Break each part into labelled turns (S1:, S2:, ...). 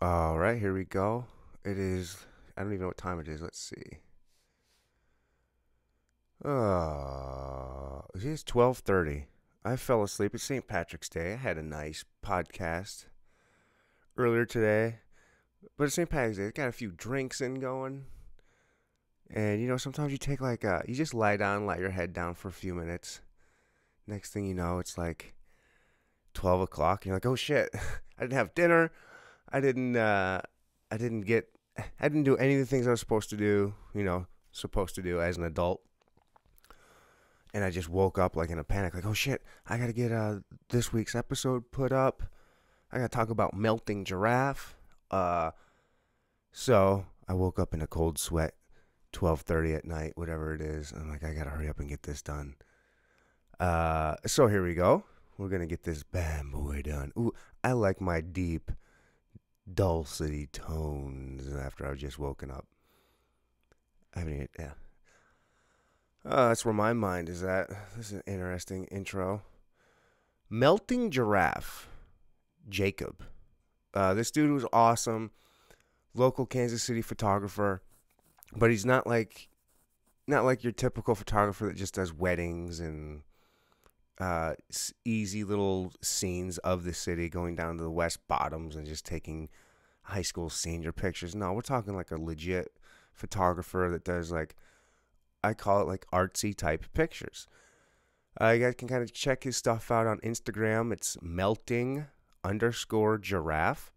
S1: All right, here we go. It is. I don't even know what time it is. Let's see. Uh, it is twelve thirty. I fell asleep. It's St. Patrick's Day. I had a nice podcast earlier today, but it's St. Patrick's Day. I got a few drinks in going, and you know sometimes you take like a, you just lie down, let your head down for a few minutes. Next thing you know, it's like twelve o'clock, and you're like, oh shit, I didn't have dinner. I didn't uh I didn't get I didn't do any of the things I was supposed to do, you know, supposed to do as an adult. And I just woke up like in a panic, like, oh shit, I gotta get uh this week's episode put up. I gotta talk about melting giraffe. Uh so I woke up in a cold sweat, twelve thirty at night, whatever it is. I'm like, I gotta hurry up and get this done. Uh so here we go. We're gonna get this bad boy done. Ooh, I like my deep dulcety tones after I've just woken up. I haven't even, yeah. Uh, that's where my mind is at. This is an interesting intro. Melting Giraffe, Jacob. Uh, this dude was awesome, local Kansas City photographer, but he's not like, not like your typical photographer that just does weddings and uh, s- easy little scenes of the city, going down to the West Bottoms and just taking high school senior pictures. No, we're talking like a legit photographer that does like, I call it like artsy type pictures. Uh, you guys can kind of check his stuff out on Instagram. It's melting underscore giraffe.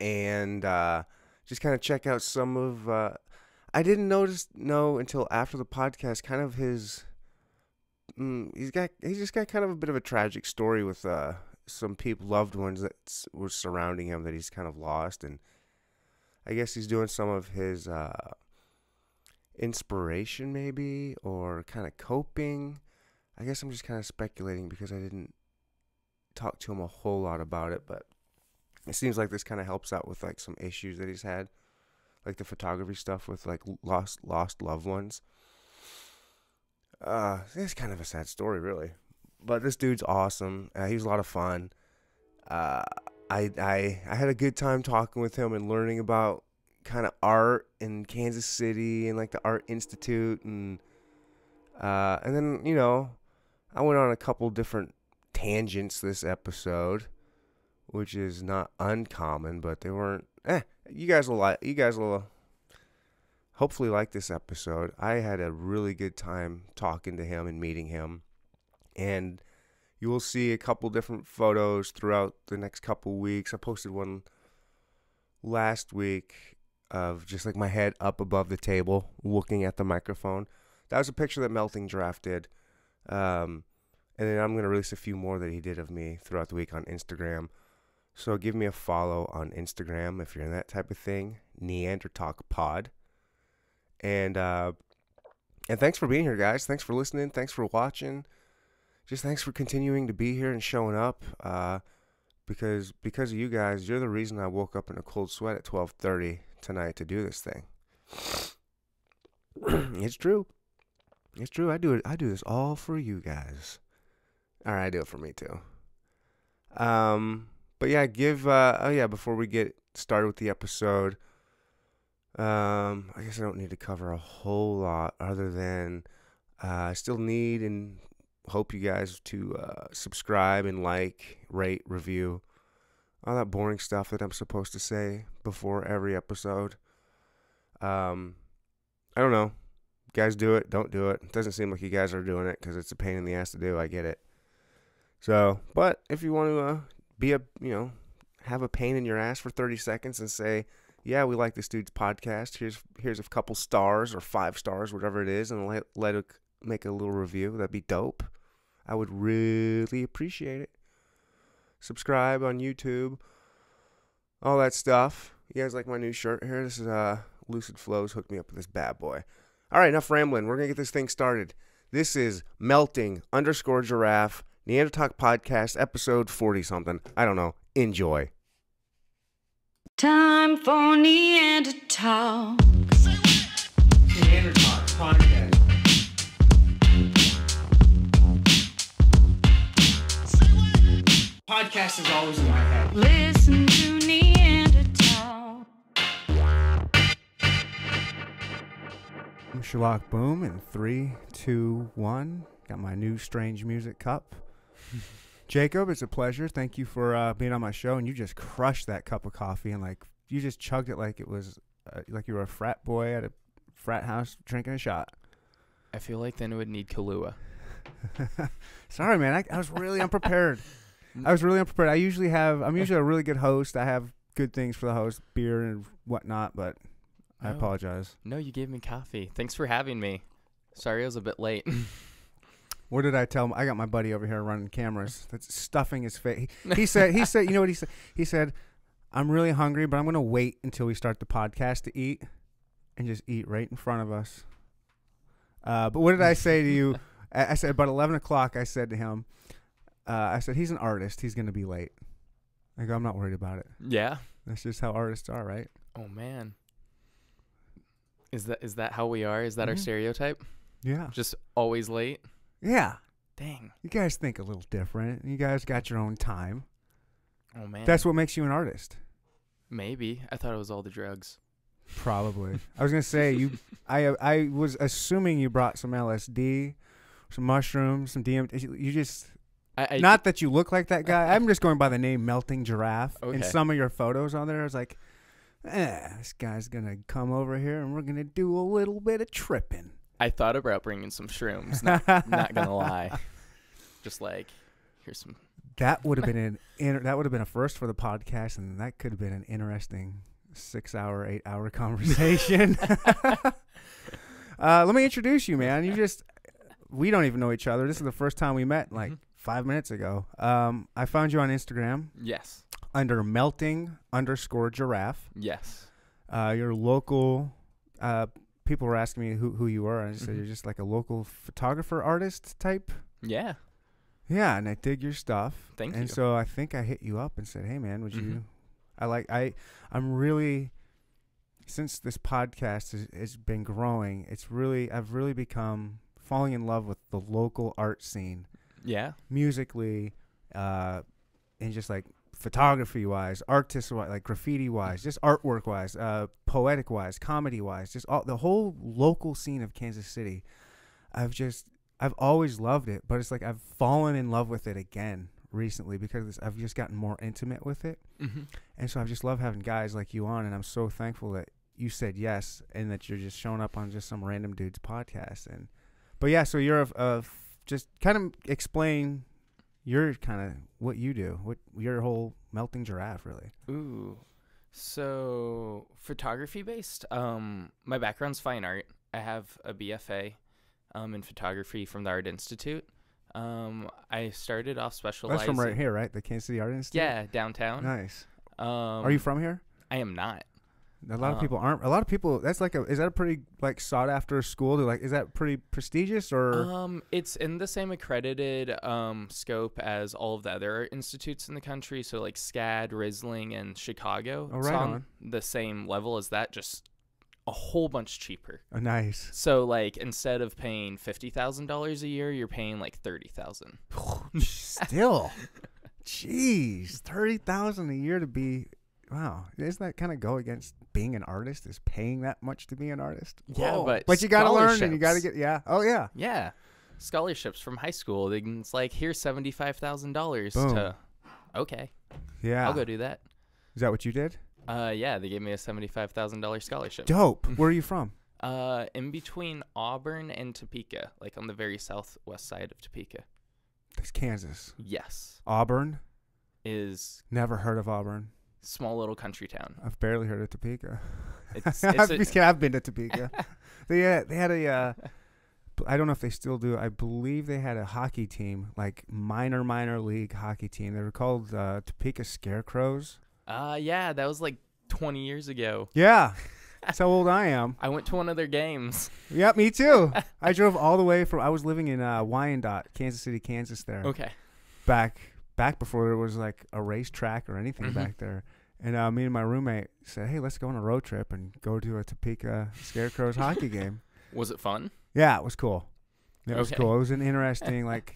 S1: And uh, just kind of check out some of. Uh, I didn't notice, no, until after the podcast, kind of his mm, he's got he's just got kind of a bit of a tragic story with uh some people loved ones that s- were surrounding him that he's kind of lost and I guess he's doing some of his uh inspiration maybe or kind of coping. I guess I'm just kind of speculating because I didn't talk to him a whole lot about it, but it seems like this kind of helps out with like some issues that he's had like the photography stuff with like l- lost lost loved ones. Uh, it's kind of a sad story, really. But this dude's awesome. Uh, he was a lot of fun. Uh, I, I I had a good time talking with him and learning about kind of art in Kansas City and like the Art Institute and uh, and then you know I went on a couple different tangents this episode, which is not uncommon, but they weren't. Eh, you guys will like. You guys will hopefully like this episode. I had a really good time talking to him and meeting him. And you will see a couple different photos throughout the next couple weeks. I posted one last week of just like my head up above the table looking at the microphone. That was a picture that Melting Giraffe did. Um, and then I'm going to release a few more that he did of me throughout the week on Instagram. So give me a follow on Instagram if you're in that type of thing. Neandertalk Pod and uh and thanks for being here guys thanks for listening thanks for watching just thanks for continuing to be here and showing up uh because because of you guys you're the reason i woke up in a cold sweat at 12.30 tonight to do this thing it's true it's true i do it i do this all for you guys all right i do it for me too um but yeah give uh oh yeah before we get started with the episode um, I guess I don't need to cover a whole lot other than uh, I still need and hope you guys to uh, subscribe and like, rate, review, all that boring stuff that I'm supposed to say before every episode. Um, I don't know. Guys, do it. Don't do it. It doesn't seem like you guys are doing it because it's a pain in the ass to do. I get it. So, but if you want to uh, be a, you know, have a pain in your ass for 30 seconds and say, yeah, we like this dude's podcast. Here's here's a couple stars or five stars, whatever it is, and let let it make a little review. That'd be dope. I would really appreciate it. Subscribe on YouTube, all that stuff. You guys like my new shirt here? This is uh Lucid Flows hooked me up with this bad boy. All right, enough rambling. We're gonna get this thing started. This is melting underscore giraffe Neanderthal podcast episode forty something. I don't know. Enjoy.
S2: Time for Neanderthal.
S3: Podcast is always in my head.
S2: Listen to Neanderthal.
S1: Sherlock Boom in three, two, one. Got my new Strange Music cup. Jacob, it's a pleasure. Thank you for uh, being on my show, and you just crushed that cup of coffee and like you just chugged it like it was uh, like you were a frat boy at a frat house drinking a shot.
S4: I feel like then it would need Kahlua.
S1: Sorry, man. I, I was really unprepared. I was really unprepared. I usually have. I'm usually a really good host. I have good things for the host, beer and whatnot. But I
S4: Oh.
S1: apologize.
S4: No, you gave me coffee. Thanks for having me. Sorry I was a bit late.
S1: What did I tell him? I got my buddy over here running cameras. That's stuffing his face. He, he said. He said. You know what he said? He said, "I'm really hungry, but I'm going to wait until we start the podcast to eat, and just eat right in front of us." Uh, but what did I say to you? I I said about eleven o'clock. I said to him, uh, "I said he's an artist. He's going to be late." I go, "I'm not worried about it."
S4: yeah.
S1: That's just how artists are, right?
S4: Oh man. Is that is that how we are? Is that our
S1: Yeah.
S4: stereotype?
S1: Yeah.
S4: Just always late?
S1: Yeah.
S4: Dang.
S1: You guys think a little different. You guys got your own time.
S4: Oh man.
S1: That's what makes you an artist.
S4: maybe. I thought it was all the drugs.
S1: Probably. I was gonna say you. I I was assuming you brought some LSD, some mushrooms, some DMT. You just
S4: I, I
S1: not that you look like that guy. I'm just going by the name Melting Giraffe. In
S4: Okay.
S1: some of your photos on there, I was like, eh, this guy's gonna come over here and we're gonna do a little bit of tripping.
S4: I thought about bringing some shrooms. Not, not gonna lie. Just like here's some
S1: That would have been an inter- that would have been a first for the podcast, and that could have been an interesting six hour, eight hour conversation. uh, let me introduce you, man. You just we don't even know each other. This is the first time we met, like
S4: Mhm.
S1: five minutes ago. Um, I found you on Instagram
S4: Yes.
S1: under melting underscore giraffe.
S4: Yes.
S1: Uh, your local uh, people were asking me who who you are, and I just said
S4: Mhm.
S1: you're just like a local photographer artist type.
S4: Yeah.
S1: Yeah, and I dig your stuff.
S4: Thank
S1: And
S4: you.
S1: so I think I hit you up and said, "Hey, man, would
S4: Mhm.
S1: you?" I like I I'm really since this podcast has, has been growing. It's really I've really become falling in love with the local art scene,
S4: Yeah.
S1: musically, uh, and just like photography wise, artist wise, like graffiti wise, just artwork wise, uh, poetic wise, comedy wise, just all the whole local scene of Kansas City. I've just I've always loved it, but it's like I've fallen in love with it again recently because I've just gotten more intimate with it.
S4: Mm-hmm.
S1: And so I just love having guys like you on and I'm so thankful that you said yes and that you're just showing up on just some random dude's podcast and but yeah, so you're a, a f- just kind of explain your kind of what you do, what your whole melting giraffe really.
S4: Ooh. So, photography based. Um my background's fine art. I have a BFA um in photography from the Art Institute. Um I started off
S1: Oh, That's
S4: specializing
S1: from right here, right? The Kansas City Art Institute.
S4: Yeah, downtown.
S1: Nice.
S4: Um
S1: Are you from here?
S4: I am not.
S1: A lot of
S4: Uh,
S1: people aren't. A lot of people. That's like a. Is that a pretty like sought after school? They're like, is that pretty prestigious or?
S4: Um it's in the same accredited um scope as all of the other art institutes in the country, so like SCAD, Risling and Chicago.
S1: Oh,
S4: It's
S1: right
S4: on the same level as that, just a whole bunch cheaper.
S1: Oh, nice.
S4: So like instead of paying fifty thousand dollars a year, you're paying like thirty thousand.
S1: Still, jeez, thirty thousand a year to be. Wow, doesn't that kind of go against being an artist? Is paying that much to be an artist?
S4: Yeah, but
S1: but you gotta learn and you gotta
S4: scholarships.
S1: get. Yeah. Oh yeah.
S4: Yeah, scholarships from high school. they can- It's like here's seventy five thousand dollars
S1: Boom. Ah.
S4: to. Okay,
S1: Yeah.
S4: I'll go do that.
S1: Is that what you did?
S4: Uh, yeah, they gave me a seventy five thousand dollars scholarship.
S1: Dope. Where are you from?
S4: Uh, in between Auburn and Topeka, like on the very southwest side of Topeka.
S1: That's Kansas.
S4: Yes,
S1: Auburn.
S4: is
S1: Never heard of Auburn.
S4: small little country town.
S1: I've barely heard of Topeka.
S4: It's-
S1: I'm
S4: it's a-
S1: just kidding, I've been to Topeka. they had, they had a, uh, b- I don't know if they still do. I believe they had a hockey team, like minor minor league hockey team. They were called uh, Topeka Scarecrows.
S4: Uh, yeah, that was like twenty years ago.
S1: Yeah, that's how old I am.
S4: I went to one of their games.
S1: Yep, me too. I drove all the way from. I was living in uh, Wyandotte, Kansas City, Kansas. There.
S4: Okay.
S1: back back before there was like a racetrack or anything
S4: Mhm.
S1: back there. And uh, me and my roommate said, "Hey, let's go on a road trip and go to a Topeka Scarecrows hockey game."
S4: Was it fun?
S1: Yeah, it was cool. It was
S4: Okay.
S1: cool. It was an interesting like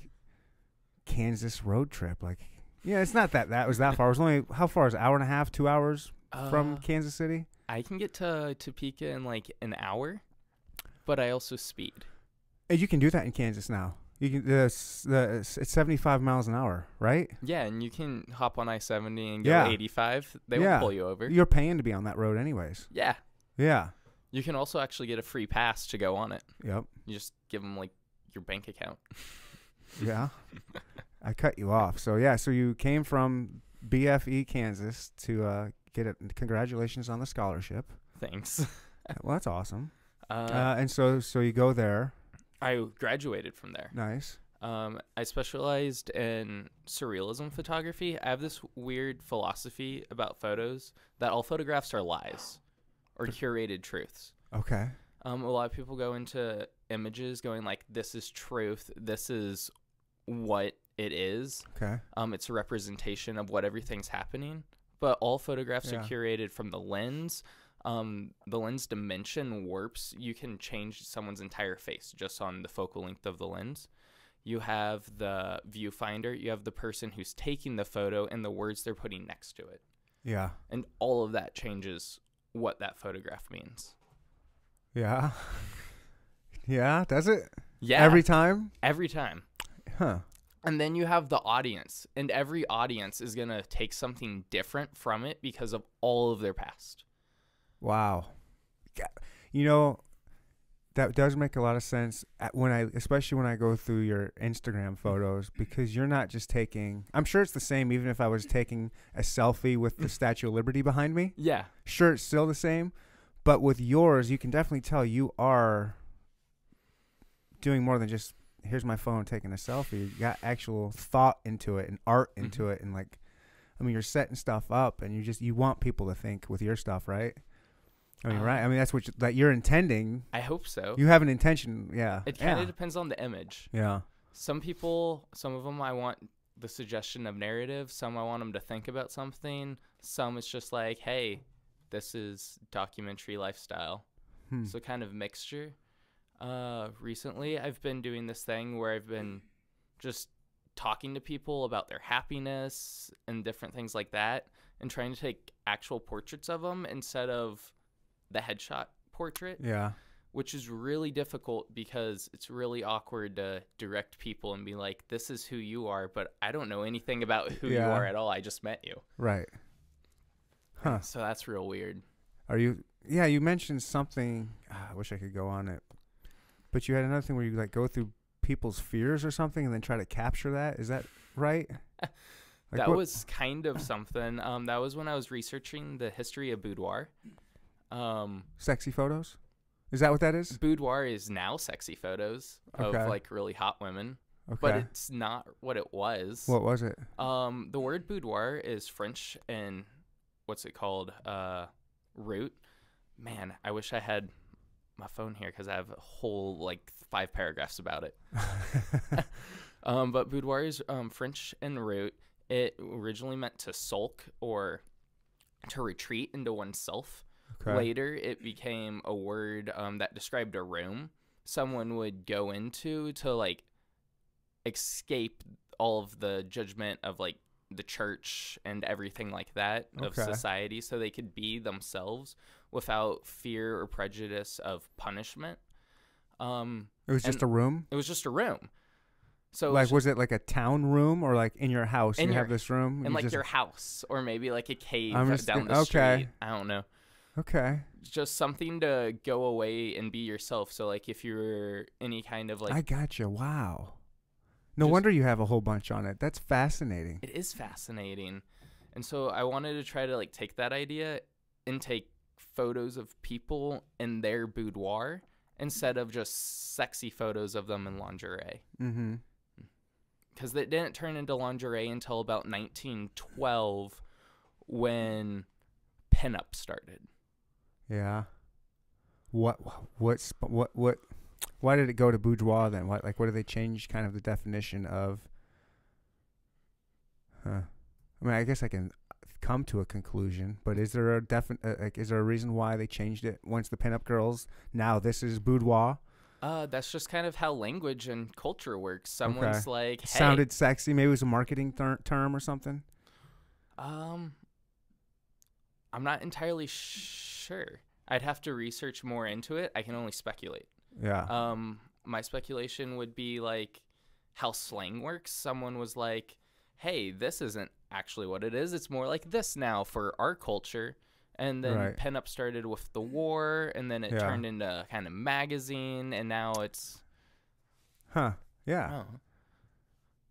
S1: Kansas road trip. Like, yeah, it's not that that was that far. It was only how far is it? hour and a half, two hours from
S4: Uh,
S1: Kansas City.
S4: I can get to Topeka in like an hour. but I also speed.
S1: And you can do that in Kansas now. You can the, s- the s- it's 75 miles an hour, right?
S4: Yeah, and you can hop on I seventy and go
S1: Yeah.
S4: eighty five. They
S1: Yeah.
S4: will pull you over.
S1: You're paying to be on that road anyways.
S4: yeah,
S1: Yeah.
S4: you can also actually get a free pass to go on it.
S1: Yep.
S4: You just give them like your bank account.
S1: Yeah. I cut you off. So yeah, so you came from BFE Kansas to uh, get it. Congratulations on the scholarship.
S4: Thanks.
S1: Well, that's awesome.
S4: Uh,
S1: Uh, and so so you go there.
S4: I graduated from there.
S1: Nice.
S4: Um, I specialized in surrealism photography. I have this weird philosophy about photos that all photographs are lies or curated truths.
S1: Okay.
S4: Um, a lot of people go into images going like, "This is truth. This is what it is."
S1: Okay.
S4: Um, it's a representation of what everything's happening. But all photographs
S1: Yeah.
S4: are curated from the lens. Um, the lens dimension warps. You can change someone's entire face just on the focal length of the lens. You have the viewfinder. You have the person who's taking the photo and the words they're putting next to it.
S1: Yeah.
S4: And all of that changes what that photograph means.
S1: Yeah. Yeah. Does it
S4: Yeah.
S1: every time?
S4: every time.
S1: Huh.
S4: And then you have the audience, and every audience is going to take something different from it because of all of their past.
S1: Wow. Ga- You know, that does make a lot of sense at- when I, especially when I go through your Instagram photos, because you're not just taking. I'm sure it's the same, even if I was taking a selfie with the Statue of Liberty behind me.
S4: Yeah.
S1: Sure, it's still the same, but with yours, you can definitely tell you are doing more than just here's my phone taking a selfie. You got actual thought into it and art into it, and like, I mean, you're setting stuff up, and you just you want people to think with your stuff, right? I mean,
S4: Uh,
S1: right? I mean, that's what you, that you're intending.
S4: I hope so.
S1: You have an intention, yeah.
S4: it kind
S1: yeah.
S4: of depends on the image.
S1: yeah,
S4: Some people, some of them, I want the suggestion of narrative. Some I want them to think about something. Some it's just like, hey, this is documentary lifestyle.
S1: Hmm.
S4: So kind of mixture. Uh, recently, I've been doing this thing where I've been just talking to people about their happiness and different things like that, and trying to take actual portraits of them instead of the headshot portrait
S1: yeah,
S4: which is really difficult because it's really awkward to direct people and be like, "This is who you are," but I don't know anything about who you
S1: Yeah.
S4: are at all. I just met you,
S1: right. Huh.
S4: so that's real weird.
S1: Are you? Yeah, you mentioned something. ah, I wish I could go on it, but you had another thing where you like go through people's fears or something, and then try to capture that. Is that right? Like,
S4: that
S1: what-
S4: was kind of something. Um, that was when I was researching the history of boudoir. Um,
S1: sexy photos. Is that what that is?
S4: boudoir is now sexy photos
S1: Okay.
S4: of like really hot women,
S1: Okay.
S4: but it's not what it was.
S1: what was it?
S4: Um, the word boudoir is French and what's it called? Uh, root. Man, I wish I had my phone here because I have a whole like five paragraphs about it. um, but boudoir is um, French and root. It originally meant to sulk or to retreat into oneself.
S1: Okay.
S4: Later, it became a word um, that described a room someone would go into to like escape all of the judgment of like the church and everything like that of
S1: Okay.
S4: society so they could be themselves without fear or prejudice of punishment. Um,
S1: It was just
S4: and-
S1: a room.
S4: it was just a room. So it
S1: like,
S4: was
S1: was it like a town room or like in your house?
S4: In
S1: you
S4: your-
S1: have this room.
S4: in
S1: you
S4: like
S1: just-
S4: your house or maybe like a cave
S1: I'm just
S4: down
S1: thinking-
S4: the
S1: okay.
S4: street. I don't know.
S1: Okay.
S4: just something to go away and be yourself. So like if you're any kind of like
S1: I gotcha. Wow. No
S4: Just-
S1: wonder you have a whole bunch on it. That's fascinating.
S4: it is fascinating. And so I wanted to try to like take that idea and take photos of people in their boudoir instead of just sexy photos of them in lingerie
S1: Mm-hmm.
S4: because it didn't turn into lingerie until about 1912 when pinup started.
S1: Yeah. What what sp- what what? Why did it go to bourgeois then? What like what did they change kind of the definition of? Huh. I mean, I guess I can come to a conclusion, but is there a definite uh, like is there a reason why they changed it once the pinup girls now this is boudoir
S4: Uh, that's just kind of how language and culture works. Someone's like, hey,
S1: sounded sexy? Maybe it was a marketing ter- term or something.
S4: Um, I'm not entirely sure. I'd have to research more into it. I can only speculate.
S1: Yeah.
S4: Um, my speculation would be like how slang works. Someone was like, "Hey, this isn't actually what it is. It's more like this now for our culture." And then
S1: Right.
S4: Pen Up started with the war, and then it
S1: Yeah.
S4: turned into kind of magazine, and now it's
S1: huh. Yeah.
S4: Oh.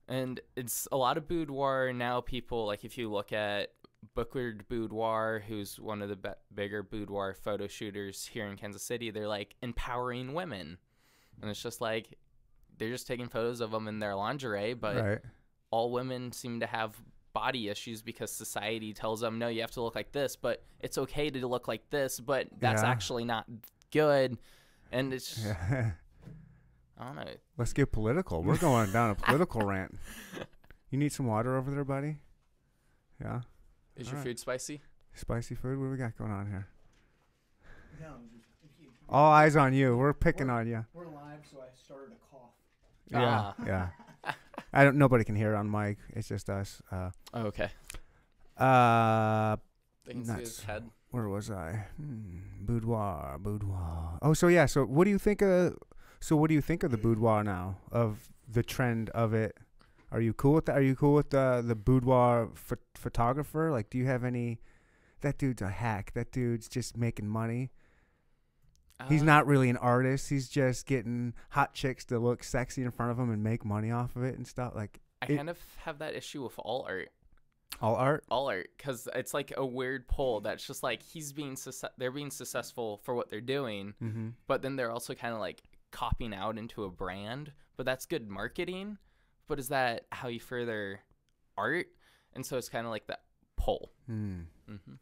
S4: And it's a lot of boudoir now. People like if you look at Bookward Boudoir, who's one of the be- bigger boudoir photo shooters here in Kansas City, they're like empowering women, and it's just like they're just taking photos of them in their lingerie. But
S1: right.
S4: all women seem to have body issues because society tells them no, you have to look like this, but it's okay to look like this, but that's
S1: Yeah.
S4: actually not good. And it's just, I don't know.
S1: Let's get political. We're going down a political rant. You need some water over there, buddy? Yeah.
S4: Is
S1: All
S4: your
S1: right.
S4: food spicy?
S1: Spicy food? What do we got going on here? All eyes on you. We're picking on you.
S5: We're live, so I started to cough.
S1: Yeah.
S4: Ah.
S1: Yeah. I don't nobody can hear it on mic. It's just us. Uh
S4: okay.
S1: uh
S4: They can see his
S1: Nuts.
S4: head.
S1: where was I? Hmm, boudoir, boudoir. Oh, so yeah. So what do you think of? So what do you think of the boudoir now? Of the trend of it? Are you cool with that? Are you cool with the the boudoir ph- photographer? Like, do you have any? That dude's a hack. That dude's just making money. He's
S4: Uh,
S1: not really an artist. He's just getting hot chicks to look sexy in front of him and make money off of it and stuff. Like
S4: I
S1: it-
S4: kind of have that issue with all art,
S1: all art.
S4: all art, because it's like a weird pull that's just like he's being success, they're being successful for what they're doing,
S1: Mm-hmm.
S4: but then they're also kind of like copying out into a brand. But that's good marketing. But is that how you further art? And so it's kind of like that pull.
S1: Hmm.
S4: hmm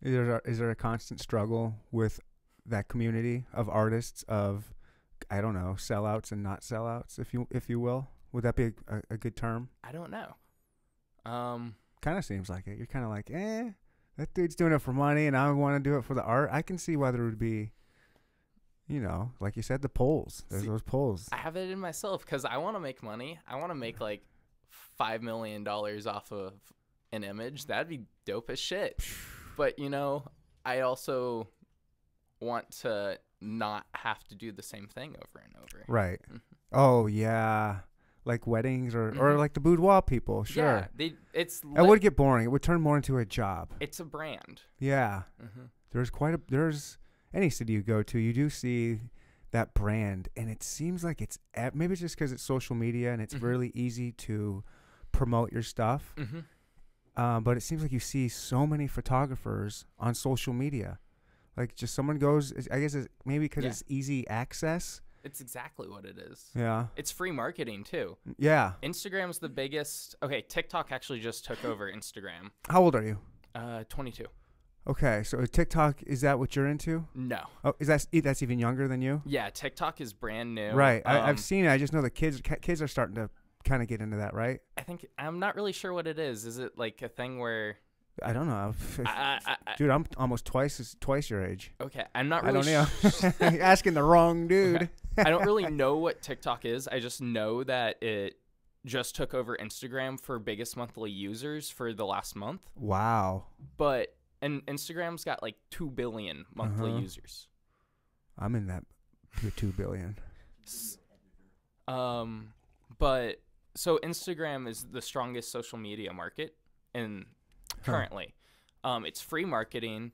S1: Is there, is there a constant struggle with that community of artists of I don't know sellouts and not sellouts, if you if you will? Would that be a, a, a good term?
S4: I don't know. Um,
S1: Kind of seems like it. You're kind of like, eh, that dude's doing it for money, and I want to do it for the art. I can see why there would be, you know, like you said, the polls. There's
S4: See-
S1: those polls.
S4: I have it in myself because I want to make money. I want to make like five million dollars off of an image. That'd be dope as shit. But you know, I also want to not have to do the same thing over and over.
S1: Right. Oh yeah, like weddings or or
S4: Mhm.
S1: like the boudoir people. Sure.
S4: Yeah, they, it's
S1: It
S4: li-
S1: would get boring. It would turn more into a job.
S4: it's a brand.
S1: Yeah.
S4: hmm
S1: there's quite a there's any city you go to you do see that brand and it seems like it's ev- maybe it's just because it's social media and it's
S4: Mhm.
S1: really easy to promote your stuff
S4: hmm
S1: um, but it seems like you see so many photographers on social media like just someone goes i guess it's maybe because
S4: Yeah.
S1: it's easy access
S4: It's exactly what it is.
S1: yeah Mm.
S4: It's free marketing too.
S1: yeah
S4: Instagram's the biggest. Okay, TikTok actually just took over Instagram.
S1: how old are you
S4: Uh, 22.
S1: okay so tiktok is that what you're into
S4: No.
S1: oh is that that's even younger than you
S4: Yeah, TikTok is brand new.
S1: right I,
S4: Um,
S1: i've seen it i just know the kids ki- kids are starting to kind of get into that right
S4: I think I'm not really sure what it is. Is it like a thing where
S1: I don't know. If- if-
S4: I, I, I,
S1: dude, I'm almost twice as twice your age.
S4: I- okay? I'm not
S1: I
S4: really.
S1: don't know.
S4: sh-
S1: You're Asking the wrong dude.
S4: Okay. I don't really know what TikTok is. I just know that it just took over Instagram for biggest monthly users for the last month.
S1: Wow.
S4: But and Instagram's got like two billion monthly
S1: Uh-huh.
S4: users.
S1: I'm in that the 2 billion.
S4: S- Um, but so Instagram is the strongest social media market in currently. Um, it's free marketing.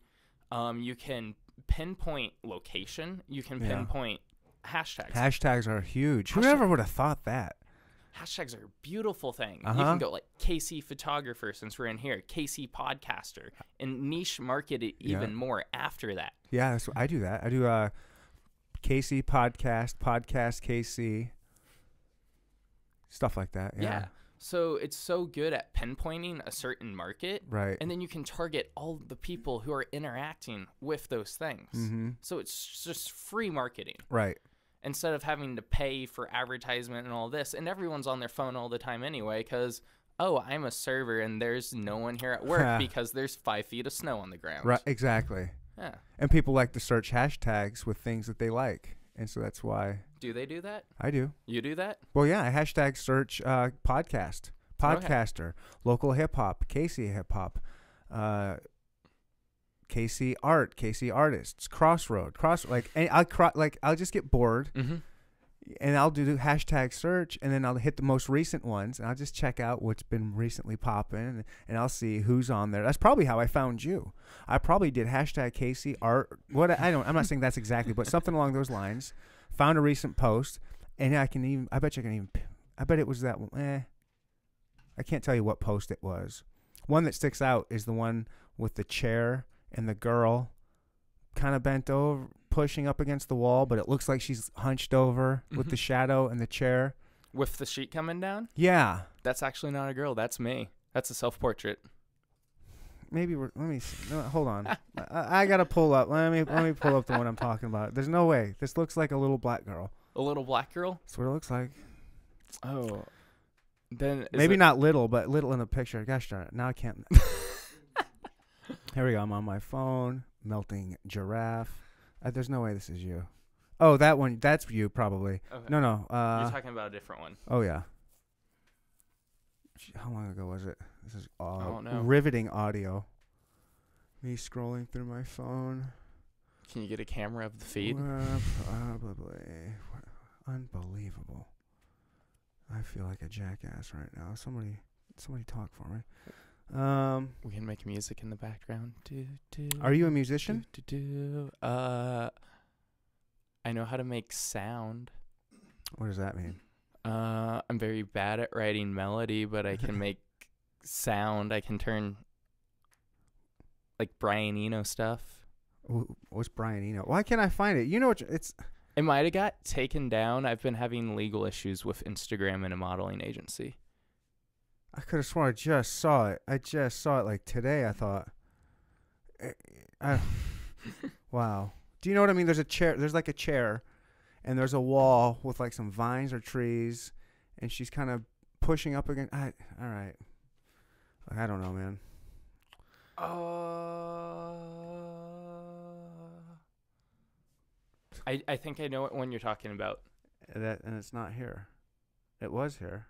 S4: Um, you can pinpoint location. You can
S1: Yeah.
S4: pinpoint hashtags.
S1: Hashtags are huge. Whoever would have thought that?
S4: hashtags are a beautiful thing. You
S1: Uh-huh.
S4: can go like KC photographer since we're in here, KC podcaster, and niche market it
S1: Yeah.
S4: even more after that.
S1: Yeah, that's, I do that. I do uh KC podcast, podcast KC stuff like that. Yeah.
S4: Yeah. So it's so good at pinpointing a certain market.
S1: Right.
S4: And then you can target all the people who are interacting with those things.
S1: Mhm.
S4: So it's just free marketing
S1: Right.
S4: instead of having to pay for advertisement and all this. And everyone's on their phone all the time anyway because, oh, I'm a server and there's no one here at work because there's five feet of snow on the ground.
S1: Right, exactly.
S4: Yeah.
S1: And people like to search hashtags with things that they like. And so that's why
S4: Do they do that?
S1: I do.
S4: You do that?
S1: Well, yeah, I hashtag search uh, podcast, podcaster, local hip hop, Casey hip hop, uh, KC Art, KC Artists, Crossroad, Cross. Like and I cro- like I'll just get bored
S4: Mm-hmm.
S1: and I'll do the hashtag search and then I'll hit the most recent ones and I'll just check out what's been recently popping and, and I'll see who's on there. That's probably how I found you. I probably did hashtag Casey art. What I don't. I'm not saying that's exactly, but something along those lines. Found a recent post and I can even. I bet you I can even. p- I bet it was that. one- Eh. I can't tell you what post it was. One that sticks out is the one with the chair and the girl kind of bent over, pushing up against the wall, but it looks like she's hunched over with the
S4: Mhm.
S1: shadow and the chair.
S4: With the sheet coming down,
S1: Yeah,
S4: that's actually not a girl. That's me. That's a self portrait.
S1: maybe we're. Let me see. No, hold on. I, I gotta pull up. Let me let me pull up the one I'm talking about. There's no way. This looks like a little black girl.
S4: A little black girl.
S1: That's what it looks like.
S4: Oh, then is
S1: maybe
S4: it-
S1: not little, but little in the picture. Gosh darn it! Now I can't. Here we go. I'm on my phone. Melting giraffe. Uh, there's no way this is you. Oh, that one. That's you probably.
S4: Okay.
S1: No, no. Uh,
S4: You're talking about a different one.
S1: Oh yeah. Gee, How long ago was it? This is aw-
S4: don't know.
S1: riveting audio. Me scrolling through my phone.
S4: Can you get a camera of the feed?
S1: Well, Probably. Unbelievable. I feel like a jackass right now. Somebody, somebody talk for me. Um,
S4: We can make music in the background. Do, do,
S1: are you a musician?
S4: Do, do, do. Uh, I know how to make sound.
S1: What does that mean?
S4: Uh, I'm very bad at writing melody, but I can make sound. I can turn like Brian Eno stuff.
S1: Wh- What's Brian Eno? Why can't I find it? You know what? you- It's
S4: It might have got taken down. I've been having legal issues with Instagram and a modeling agency.
S1: I could have sworn I just saw it. I just saw it like today. I thought, Eh, I, wow. Do you know what I mean? There's a chair. There's like a chair, and there's a wall with like some vines or trees, and she's kind of pushing up against. I, all right. I don't know, man.
S4: Uh, I, I think I know what one you're talking about.
S1: And That and it's not here. It was here.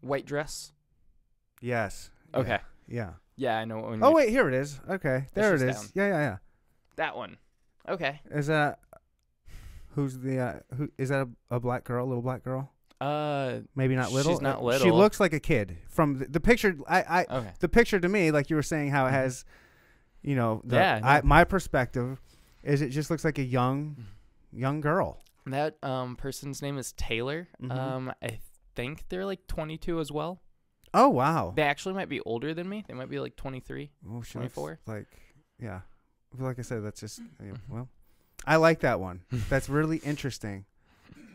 S4: White dress.
S1: Yes. Yeah.
S4: Okay.
S1: Yeah.
S4: Yeah, I know what one.
S1: Oh
S4: you're-
S1: wait, here it is. Okay, there it
S4: Mm. just
S1: is.
S4: down.
S1: Yeah, yeah,
S4: that one. Okay.
S1: yeah. Is that who's the uh, who? Is that a, a black girl? A little black girl?
S4: Uh.
S1: Maybe not little.
S4: She's not
S1: Uh, She
S4: little.
S1: looks like a kid from the, the picture. I, I
S4: Okay.
S1: the picture to me, like you were saying, how it has, you know, the,
S4: Mm-hmm. Yeah, I
S1: I, my perspective is it just looks like a young,
S4: Mm-hmm.
S1: young girl.
S4: That um person's name is Taylor.
S1: Mhm.
S4: Um, I think they're like 22 as well.
S1: Oh wow.
S4: They actually might be older than me. They might be like 23.
S1: Well, she looks
S4: 24?
S1: Like, yeah. But Like I said, that's just yeah,
S4: Mm-hmm.
S1: well. I like that one. That's really interesting.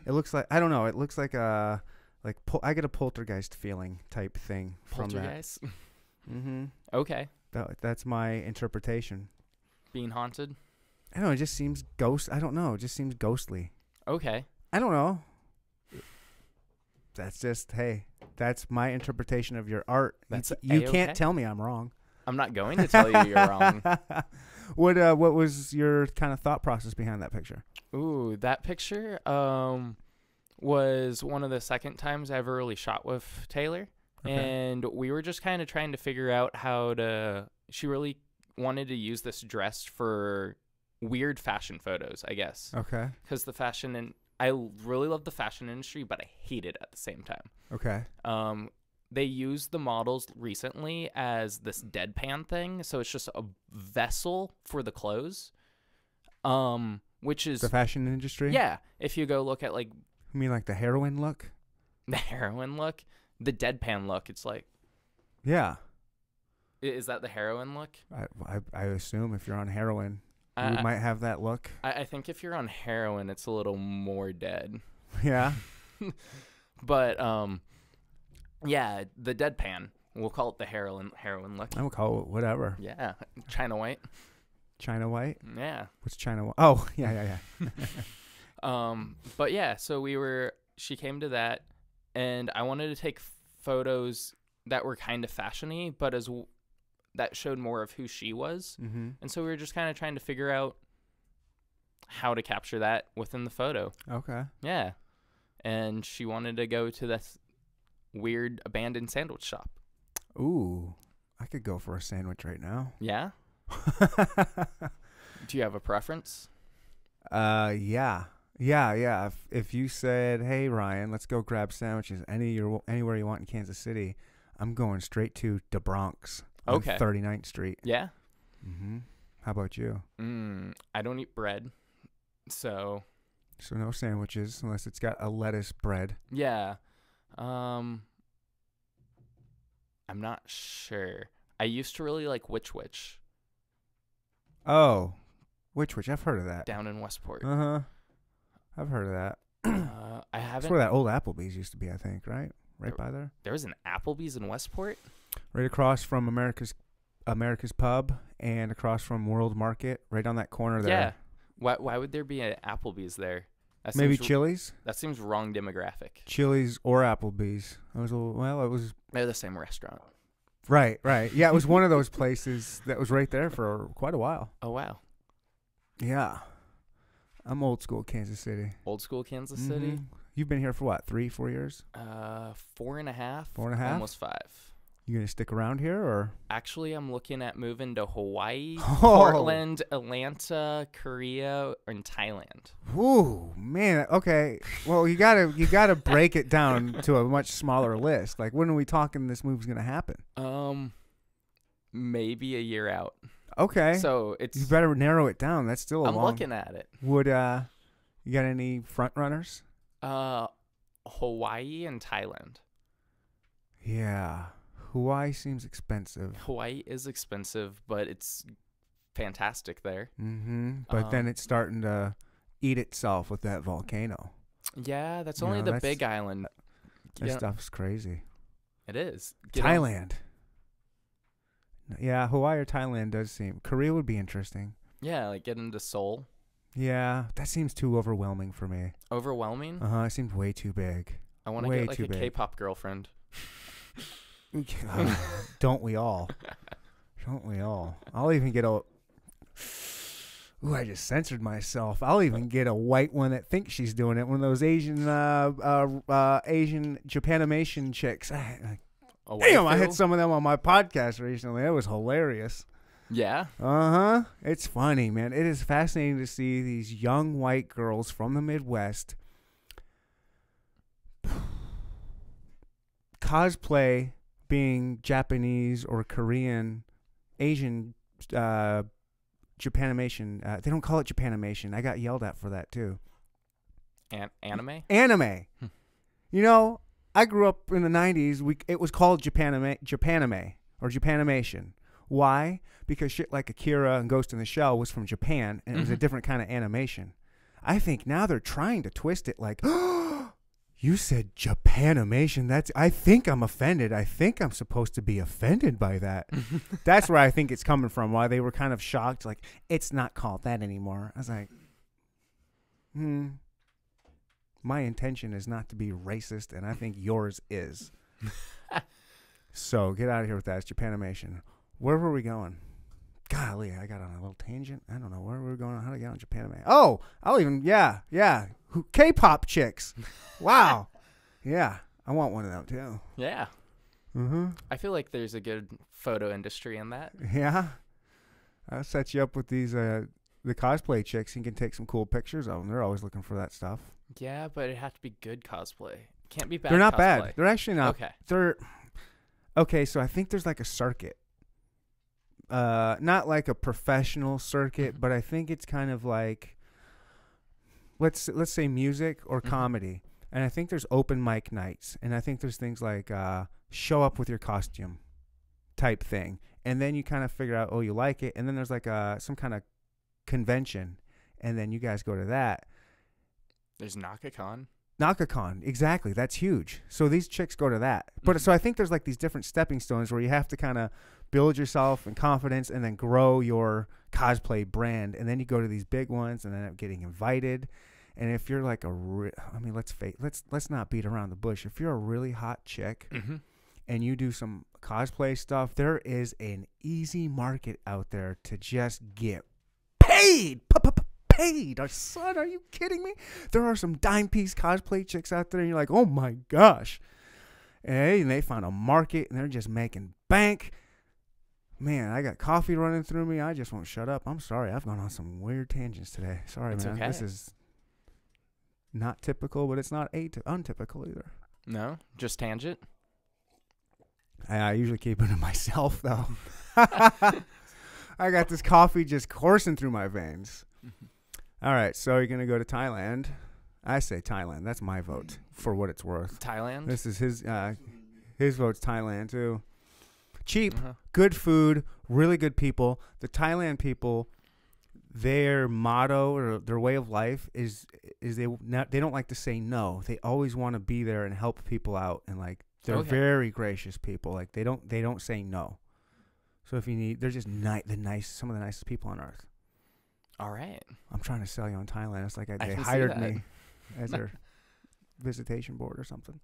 S1: It looks like I don't know. It looks like a like pol- I get a poltergeist feeling type thing from that.
S4: Poltergeist.
S1: Mm-hmm.
S4: okay.
S1: That that's my interpretation.
S4: Being haunted.
S1: I don't know. It just seems ghost. I don't know. It just seems ghostly.
S4: Okay.
S1: I don't know. That's just hey. That's my interpretation of your art. You
S4: That's
S1: ca- you,
S4: A-okay.
S1: can't tell me I'm wrong.
S4: I'm not going to tell you you're wrong.
S1: what uh, what was your kind of thought process behind that picture?
S4: Ooh, that picture um was one of the second times I ever really shot with Taylor.
S1: Okay.
S4: And we were just kind of trying to figure out how to she really wanted to use this dress for weird fashion photos, I guess.
S1: Okay.
S4: Cuz the fashion and I l- really love the fashion industry, but I hate it at the same time.
S1: Okay.
S4: Um they used the models recently as this deadpan thing, so it's just a vessel for the clothes. Um which is
S1: The fashion industry.
S4: yeah, if you go look at like
S1: I mean, like the heroin look.
S4: the heroin look, the deadpan look, it's like,
S1: Yeah.
S4: i- is that the heroin look?
S1: I I, I assume if you're on heroin,
S4: I-
S1: you might have that look.
S4: I, I think if you're on heroin, it's a little more dead.
S1: Yeah.
S4: But um, yeah, the deadpan. We'll call it the heroin heroin look.
S1: I would call it whatever.
S4: Yeah, China White.
S1: China white.
S4: Yeah.
S1: What's China white? Oh yeah yeah yeah.
S4: Um, but yeah, so we were. She came to that, and I wanted to take photos that were kind of fashiony, but as w- that showed more of who she was.
S1: mm-hmm.
S4: And so we were just kind of trying to figure out how to capture that within the photo.
S1: Okay.
S4: Yeah. And she wanted to go to this weird abandoned sandwich shop.
S1: Ooh. I could go for a sandwich right now.
S4: Yeah. Do you have a preference?
S1: uh, yeah, yeah, yeah. If, if you said, "Hey Ryan, let's go grab sandwiches any your anywhere you want in Kansas City," I'm going straight to the Bronx. on
S4: Okay.
S1: 39th Street.
S4: Yeah.
S1: Mm-hmm. How about you?
S4: Mm, I don't eat bread, so
S1: So no sandwiches unless it's got a lettuce bread.
S4: yeah. Um, I'm not sure. I used to really like Witch Witch
S1: Oh, which which I've heard of that.
S4: down in Westport.
S1: Uh huh. I've heard of that.
S4: Uh, I
S1: That's
S4: haven't.
S1: where that old Applebee's used to be, I think. Right, right by there,
S4: There was an Applebee's in Westport.
S1: right across from America's America's Pub and across from World Market, right on that corner there.
S4: Yeah. Why? Why would there be an Applebee's there? That
S1: Maybe
S4: seems,
S1: Chili's,
S4: That seems wrong demographic.
S1: Chili's or Applebee's. I was a little- well, it was
S4: They're the same restaurant.
S1: right, right. Yeah, it was one of those places that was right there for quite a while.
S4: Oh wow.
S1: Yeah, I'm old school Kansas City.
S4: Old school Kansas City.
S1: Mhm. You've been here for what, three, four years?
S4: Uh, four and a half.
S1: Four and a half?
S4: Almost five.
S1: You gonna stick around here or?
S4: Actually, I'm looking at moving to Hawaii,
S1: Oh.
S4: Portland, Atlanta, Korea, and Thailand.
S1: Ooh, man. Okay. Well, you gotta you gotta break it down to a much smaller list. Like, when are we talking? This move's gonna happen.
S4: Um, maybe a year out.
S1: Okay.
S4: So it's.
S1: you better narrow it down. That's still a
S4: I'm
S1: long.
S4: looking at it.
S1: Would uh, you got any front runners?
S4: Uh, Hawaii and Thailand.
S1: Yeah. Hawaii seems expensive.
S4: Hawaii is expensive, but it's fantastic there.
S1: Mm-hmm. But then
S4: Um,
S1: it's starting to eat itself with that volcano.
S4: Yeah, that's
S1: You
S4: only
S1: know,
S4: the
S1: that's- uh,
S4: Big Island.
S1: That
S4: Yeah,
S1: stuff's crazy.
S4: it is. Get on-
S1: Thailand. Yeah, Hawaii or Thailand does seem. Korea would be interesting.
S4: Yeah, like get into Seoul.
S1: Yeah, that seems too overwhelming for me.
S4: Overwhelming.
S1: Uh huh. It seemed way too big.
S4: I want to
S1: Way
S4: get like
S1: too
S4: a
S1: big.
S4: pop girlfriend.
S1: Don't we all? Don't we all? I'll even get a. Ooh, I just censored myself. I'll even get a white one that thinks she's doing it. One of those Asian, uh, uh, uh Asian Japanimation chicks. I,
S4: A
S1: I, damn, I had
S4: waifu?
S1: some of them on my podcast recently. That was hilarious.
S4: Yeah.
S1: Uh huh. It's funny, man. It is fascinating to see these young white girls from the Midwest cosplay being Japanese or Korean, Asian, uh, Japanimation. Uh, they don't call it Japanimation. I got yelled at for that too.
S4: An- anime.
S1: Anime.
S4: Hmm.
S1: you know, I grew up in the '90s. We it was called Japanime, Japanime, or Japanimation. Why? Because shit like Akira and Ghost in the Shell was from Japan, and it was a
S4: Mhm.
S1: different kind of animation. I think now they're trying to twist it like, you said Japanimation. That's. I think I'm offended. I think I'm supposed to be offended by that. That's where I think it's coming from. Why they were kind of shocked, like it's not called that anymore. I was like, hmm. My intention is not to be racist, and I think yours is. so get out of here with that. It's Japanimation. Where were we going? Golly, I got on a little tangent. I don't know where we were going. How to get on Japanimation? Oh, I'll even yeah, yeah. Who- K-pop chicks. Wow. yeah, I want one of them too.
S4: Yeah.
S1: Mm-hmm.
S4: I feel like there's a good photo industry in that.
S1: Yeah. I'll set you up with these uh the cosplay chicks and you can take some cool pictures of them. They're always looking for that stuff.
S4: Yeah, but it had to be good cosplay. Can't be bad.
S1: They're not bad.
S4: cosplay.
S1: They're actually not.
S4: Okay.
S1: They're Okay, so I think there's like a circuit. Uh not like a professional circuit,
S4: Mhm.
S1: but I think it's kind of like let's let's say music or
S4: Mhm.
S1: comedy. And I think there's open mic nights and I think there's things like uh show up with your costume type thing. And then you kind of figure out oh you like it and then there's like uh some kind of convention and then you guys go to that.
S4: There's NakaCon.
S1: NakaCon, exactly. That's huge. So these chicks go to that. But
S4: Mhm.
S1: so I think there's like these different stepping stones where you have to kind of build yourself and confidence and then grow your cosplay brand. And then you go to these big ones and end up getting invited. And if you're like a, re- I mean, let's fa- let's let's not beat around the bush. If you're a really hot chick
S4: Mm-hmm.
S1: and you do some cosplay stuff, there is an easy market out there to just get paid. Paid. Our son, are you kidding me? There are some dime piece cosplay chicks out there, and you're like, oh my gosh. Hey, and they found a market and they're just making bank. Man, I got coffee running through me. I just won't shut up. I'm sorry. I've gone on some weird tangents today. Sorry,
S4: It's
S1: man. This
S4: okay.
S1: is not typical, but it's not aty- untypical either.
S4: No, just tangent.
S1: I, I usually keep it to myself, though. I got this coffee just coursing through my veins. All right, so you're going to go to Thailand. I say Thailand. That's my vote for what it's worth.
S4: Thailand.
S1: This is his uh, his vote's Thailand too. Cheap,
S4: Uh-huh.
S1: good food, really good people. The Thailand people, their motto or their way of life is is they not, they don't like to say no. They always want to be there and help people out and like they're
S4: Okay.
S1: very gracious people. Like they don't they don't say no. So if you need, they're just ni- the nice some of the nicest people on earth.
S4: All right.
S1: I'm trying to sell you on Thailand. It's like I,
S4: I
S1: they
S4: can see
S1: hired
S4: that.
S1: me as their visitation board or something.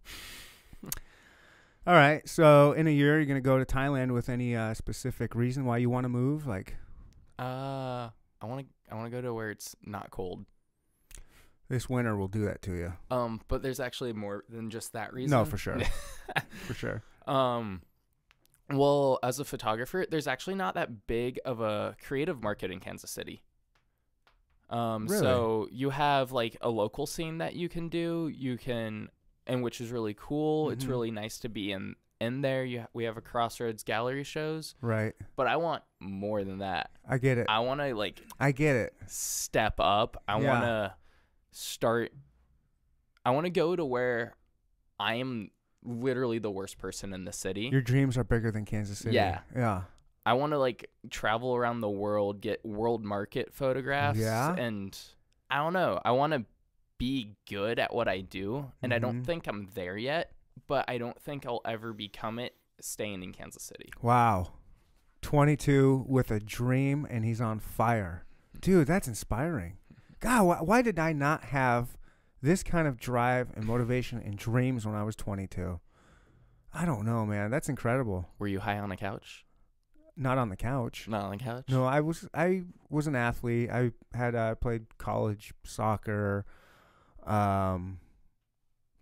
S1: All right. So in a year, you're gonna go to Thailand with any uh, specific reason why you want to move? Like
S4: Uh, I want to. I want to go to where it's not cold.
S1: this winter will do that to you
S4: Um, but there's actually more than just that reason.
S1: No, for sure. for sure.
S4: Um, well, as a photographer, there's actually not that big of a creative market in Kansas City. Um,
S1: Really?
S4: so you have like a local scene that you can do. You can, and which is really cool. It's
S1: Mhm.
S4: really nice to be in in there. You ha- we have a Crossroads gallery shows,
S1: Right.
S4: but I want more than that.
S1: I get it.
S4: I want to like
S1: I get it.
S4: step up. I
S1: Yeah.
S4: want to start. I want to go to where I am literally the worst person in the city.
S1: Your dreams are bigger than Kansas City.
S4: Yeah.
S1: Yeah.
S4: I want to like travel around the world, get world market photographs,
S1: Yeah.
S4: and I don't know. I want to be good at what I do, and I don't
S1: Mhm.
S4: think I'm there yet. But I don't think I'll ever become it staying in Kansas City.
S1: Wow. 22 with a dream and he's on fire. Dude, that's inspiring. God, why, why did I not have this kind of drive and motivation and dreams when I was 22? I don't know, man. That's incredible.
S4: Were you high on a couch?
S1: Not on the couch.
S4: Not on a couch.
S1: No, I was I was an athlete. I had uh, played college soccer. Um,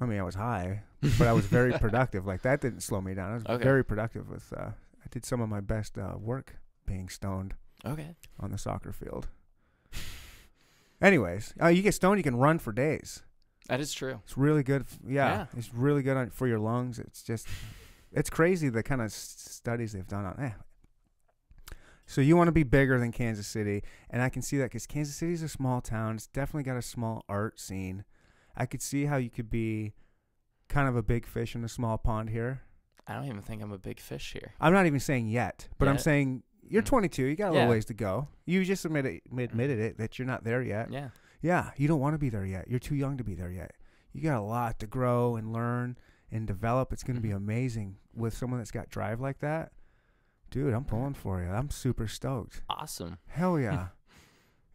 S1: I mean, I was high, but I was very productive. Like that didn't slow me down. I was
S4: Okay.
S1: very productive with. Uh, I did some of my best uh, work being stoned
S4: Okay.
S1: on the soccer field. Anyways, uh, you get stoned, you can run for days.
S4: That is true.
S1: It's really good. f- yeah,
S4: Yeah.
S1: it's really good on, for your lungs. It's just, it's crazy the kind of s- studies they've done on. Eh. So you want to be bigger than Kansas City, and I can see that because Kansas City's a small town. It's definitely got a small art scene. I could see how you could be kind of a big fish in a small pond here.
S4: I don't even think I'm a big fish here.
S1: I'm not even saying yet, but I'm
S4: Yeah.
S1: saying you're
S4: Mm.
S1: 22. You got a little
S4: Yeah. Mm.
S1: ways to go. You just admitted admitted it that you're not there yet.
S4: Yeah.
S1: Yeah, you don't want to be there yet. You're too young to be there yet. You got a lot to grow and learn and develop. It's going to be
S4: Mhm.
S1: amazing with someone that's got drive like that. Dude, I'm pulling for you. I'm super stoked.
S4: Awesome.
S1: Hell yeah.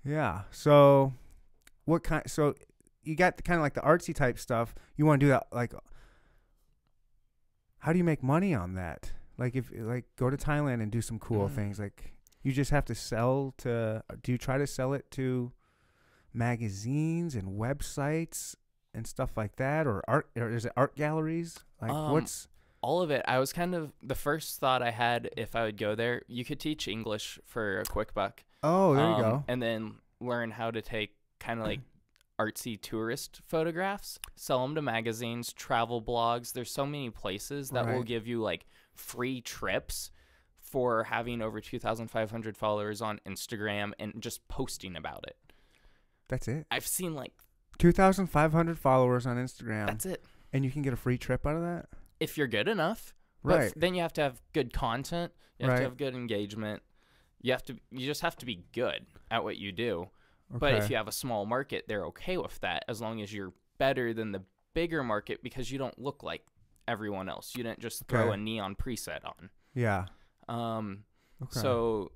S1: yeah. So what kind so you got the kind of like the artsy type stuff. You want to do that like How do you make money on that? Like if like go to Thailand and do some cool
S4: Mm.
S1: things like you just have to sell to uh, do you try to sell it to magazines and websites and stuff like that or art or is it art galleries? Like
S4: Um,
S1: what's
S4: all of it i was kind of the first thought i had if i would go there you could teach english for a quick buck
S1: Oh, there
S4: um,
S1: you go.
S4: and then learn how to take kind of like artsy tourist photographs sell them to magazines travel blogs there's so many places that will
S1: Right.
S4: give you like free trips for having over 2500 followers on instagram and just posting about it
S1: That's it.
S4: i've seen like
S1: 2500 followers on Instagram.
S4: that's it
S1: And you can get a free trip out of that?
S4: if you're good enough But
S1: Right.
S4: f- then you have to have good content. You have
S1: Right.
S4: to have good engagement. You have to. You just have to be good at what you do. But if
S1: Okay.
S4: you have a small market, they're okay with that as long as you're better than the bigger market because you don't look like everyone else. You didn't just throw
S1: Okay.
S4: a neon preset on.
S1: yeah.
S4: Um,
S1: Okay.
S4: so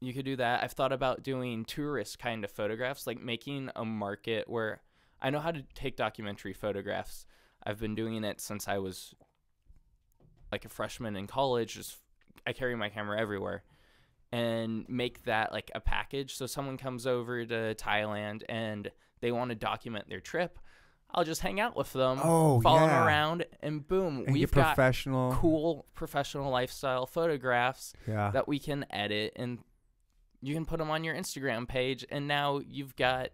S4: you could do that. I've thought about doing tourist kind of photographs, like making a market where I know how to take documentary photographs. I've been doing it since I was like a freshman in college. Just I carry my camera everywhere and make that like a package. So someone comes over to Thailand and they want to document their trip. I'll just hang out with them,
S1: Oh,
S4: follow them
S1: yeah.
S4: around, and boom,
S1: And
S4: we've
S1: get
S4: got
S1: professional.
S4: cool professional lifestyle photographs
S1: Yeah.
S4: that we can edit and you can put them on your Instagram page and now you've got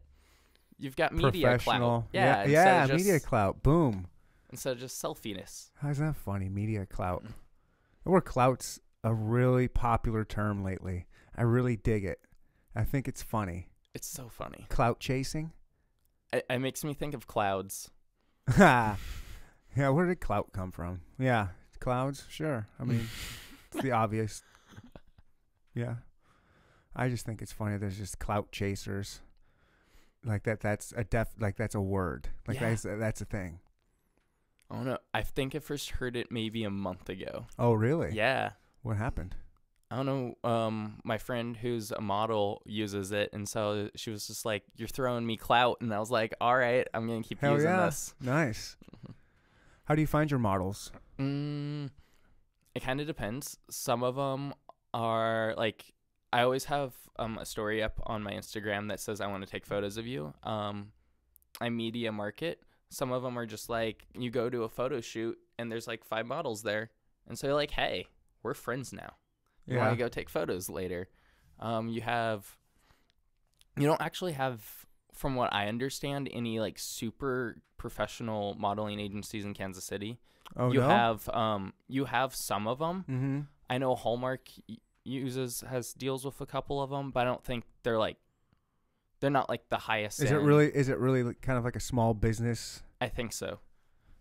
S4: you've got media clout.
S1: professional. Yeah.
S4: instead
S1: Yeah.
S4: of just,
S1: media clout. Boom.
S4: Instead of just selfiness.
S1: How's that funny? Media clout.
S4: Mm.
S1: The word clout's a really popular term lately. I really dig it. I think it's funny.
S4: It's so funny.
S1: Clout chasing.
S4: It, it makes me think of clouds.
S1: yeah. Where did clout come from? Yeah. Clouds. Sure. I mean, it's the obvious. Yeah. I just think it's funny. There's just clout chasers. Like that. That's a def. Like that's a word. Like
S4: Yeah.
S1: that's that's a thing.
S4: Oh no, I think I first heard it maybe a month ago.
S1: Oh really?
S4: Yeah.
S1: What happened?
S4: I don't know. Um, my friend who's a model uses it, and so she was just like, "You're throwing me clout," and I was like, "All right, I'm gonna keep
S1: Hell
S4: using
S1: yeah.
S4: this."
S1: Nice.
S4: Mm-hmm.
S1: How do you find your models?
S4: Mm, it kind of depends. Some of them are like I always have um, a story up on my Instagram that says I want to take photos of you. Um, I media market. Some of them are just like you go to a photo shoot and there's like five models there, and so you're like, hey, we're friends now. You
S1: Yeah.
S4: want to go take photos later. Um, you have. You don't actually have, from what I understand, any like super professional modeling agencies in Kansas City
S1: Oh
S4: you
S1: no.
S4: have um you have some of them.
S1: mm-hmm.
S4: I know Hallmark y- uses has deals with a couple of them, but I don't think they're like they're not like the highest.
S1: Is it
S4: end.
S1: really? Is it really like- kind of like a small business?
S4: I think so.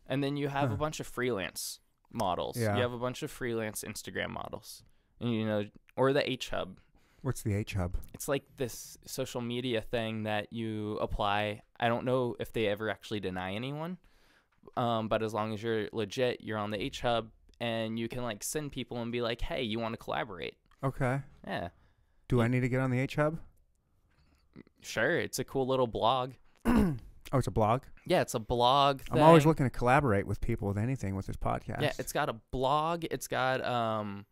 S4: And then you have
S1: Huh.
S4: a bunch of freelance models.
S1: Yeah.
S4: You have a bunch of freelance Instagram models. And you know or the H Hub.
S1: What's the H Hub?
S4: It's like this social media thing that you apply. I don't know if they ever actually deny anyone, um, but as long as you're legit, you're on the H Hub, and you can like send people and be like, "Hey, you want to collaborate?"
S1: Okay.
S4: Yeah,
S1: Do I need to get on the H Hub?
S4: sure. It's a cool little blog.
S1: Oh, it's a blog.
S4: Yeah, it's a blog.
S1: I'm always
S4: thing.
S1: looking to collaborate with people with anything with this podcast.
S4: Yeah, it's got a blog. It's got um,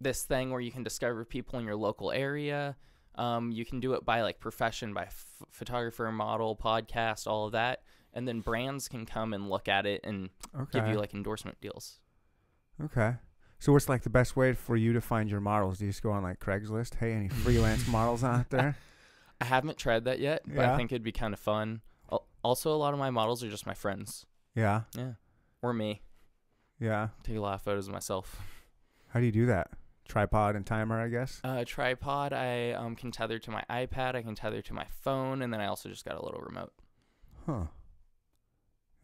S4: this thing where you can discover people in your local area. Um, you can do it by like profession, by f- photographer, model, podcast, all of that, and then brands can come and look at it and
S1: okay.
S4: give you like endorsement deals.
S1: okay. So what's like the best way for you to find your models? Do you just go on like Craigslist? Hey, any freelance models out there?
S4: I haven't tried that yet, but
S1: Yeah.
S4: I think it'd be kind of fun. Al- Also, a lot of my models are just my friends.
S1: Yeah.
S4: Yeah, or me.
S1: Yeah.
S4: Take a lot of photos of myself.
S1: How do you do that? Tripod and timer, I guess.
S4: Uh, tripod. I um, can tether to my iPad. I can tether to my phone, and then I also just got a little remote.
S1: Huh.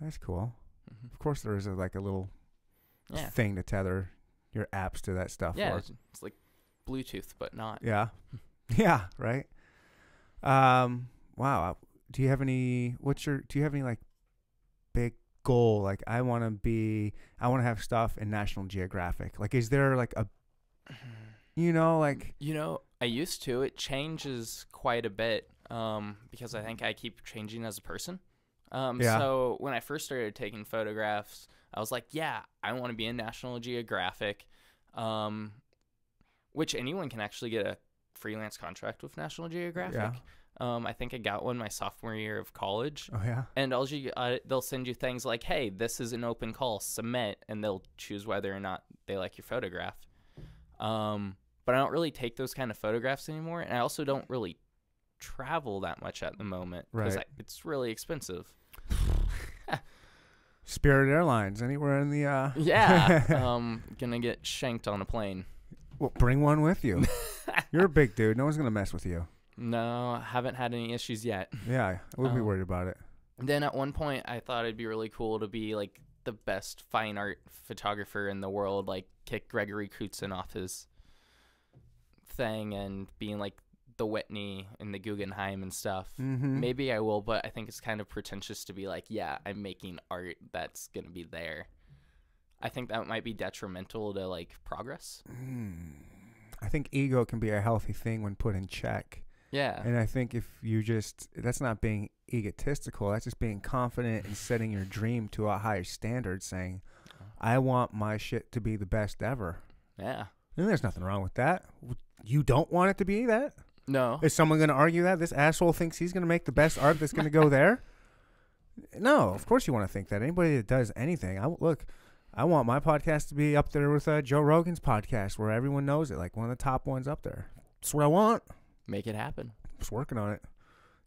S1: That's cool.
S4: Mhm.
S1: Of course, there is a, like a little
S4: Yeah.
S1: thing to tether your apps to that stuff.
S4: Yeah,
S1: for.
S4: it's, it's like Bluetooth, but not.
S1: Yeah. Yeah. Right. Um. Wow. Do you have any? What's your? Do you have any like big goal? Like, I want to be. I want to have stuff in National Geographic. Like, is there like a? You know, like
S4: You know, I used to. It changes quite a bit um, because I think I keep changing as a person. Um,
S1: Yeah.
S4: So when I first started taking photographs, I was like, yeah, I want to be in National Geographic, um, which anyone can actually get a freelance contract with National Geographic. Um, I think I got one my sophomore year of college.
S1: oh yeah,
S4: And all you, uh, they'll send you things like, "Hey, this is an open call. Submit," and they'll choose whether or not they like your photograph. Um, but I don't really take those kind of photographs anymore, and I also don't really travel that much at the moment because
S1: Right.
S4: it's really expensive.
S1: Spirit Airlines anywhere in the. uh
S4: Yeah, um, gonna get shanked on a plane.
S1: Well, bring one with you. You're a big dude. No one's gonna mess with you.
S4: No, haven't had any issues yet.
S1: Yeah, I would be
S4: Um,
S1: worried about it.
S4: Then at one point, I thought it'd be really cool to be like the best fine art photographer in the world, like kick Gregory Crutzen off his thing and being like the Whitney and the Guggenheim and stuff.
S1: Mhm.
S4: Maybe I will, but I think it's kind of pretentious to be like, yeah, I'm making art that's gonna be there. I think that might be detrimental to like progress.
S1: I think ego can be a healthy thing when put in check.
S4: Yeah.
S1: And I think if you just, that's not being egotistical. That's just being confident and setting your dream to a higher standard, saying, I want my shit to be the best ever.
S4: yeah.
S1: And there's nothing wrong with that. You don't want it to be that?
S4: No.
S1: Is someone going to argue that? This asshole thinks he's going to make the best art that's going to go there? No, of course you want to think that. Anybody that does anything, I look, I want my podcast to be up there with uh, Joe Rogan's podcast, where everyone knows it, like one of the top ones up there. That's what I want.
S4: Make it happen.
S1: Just working on it.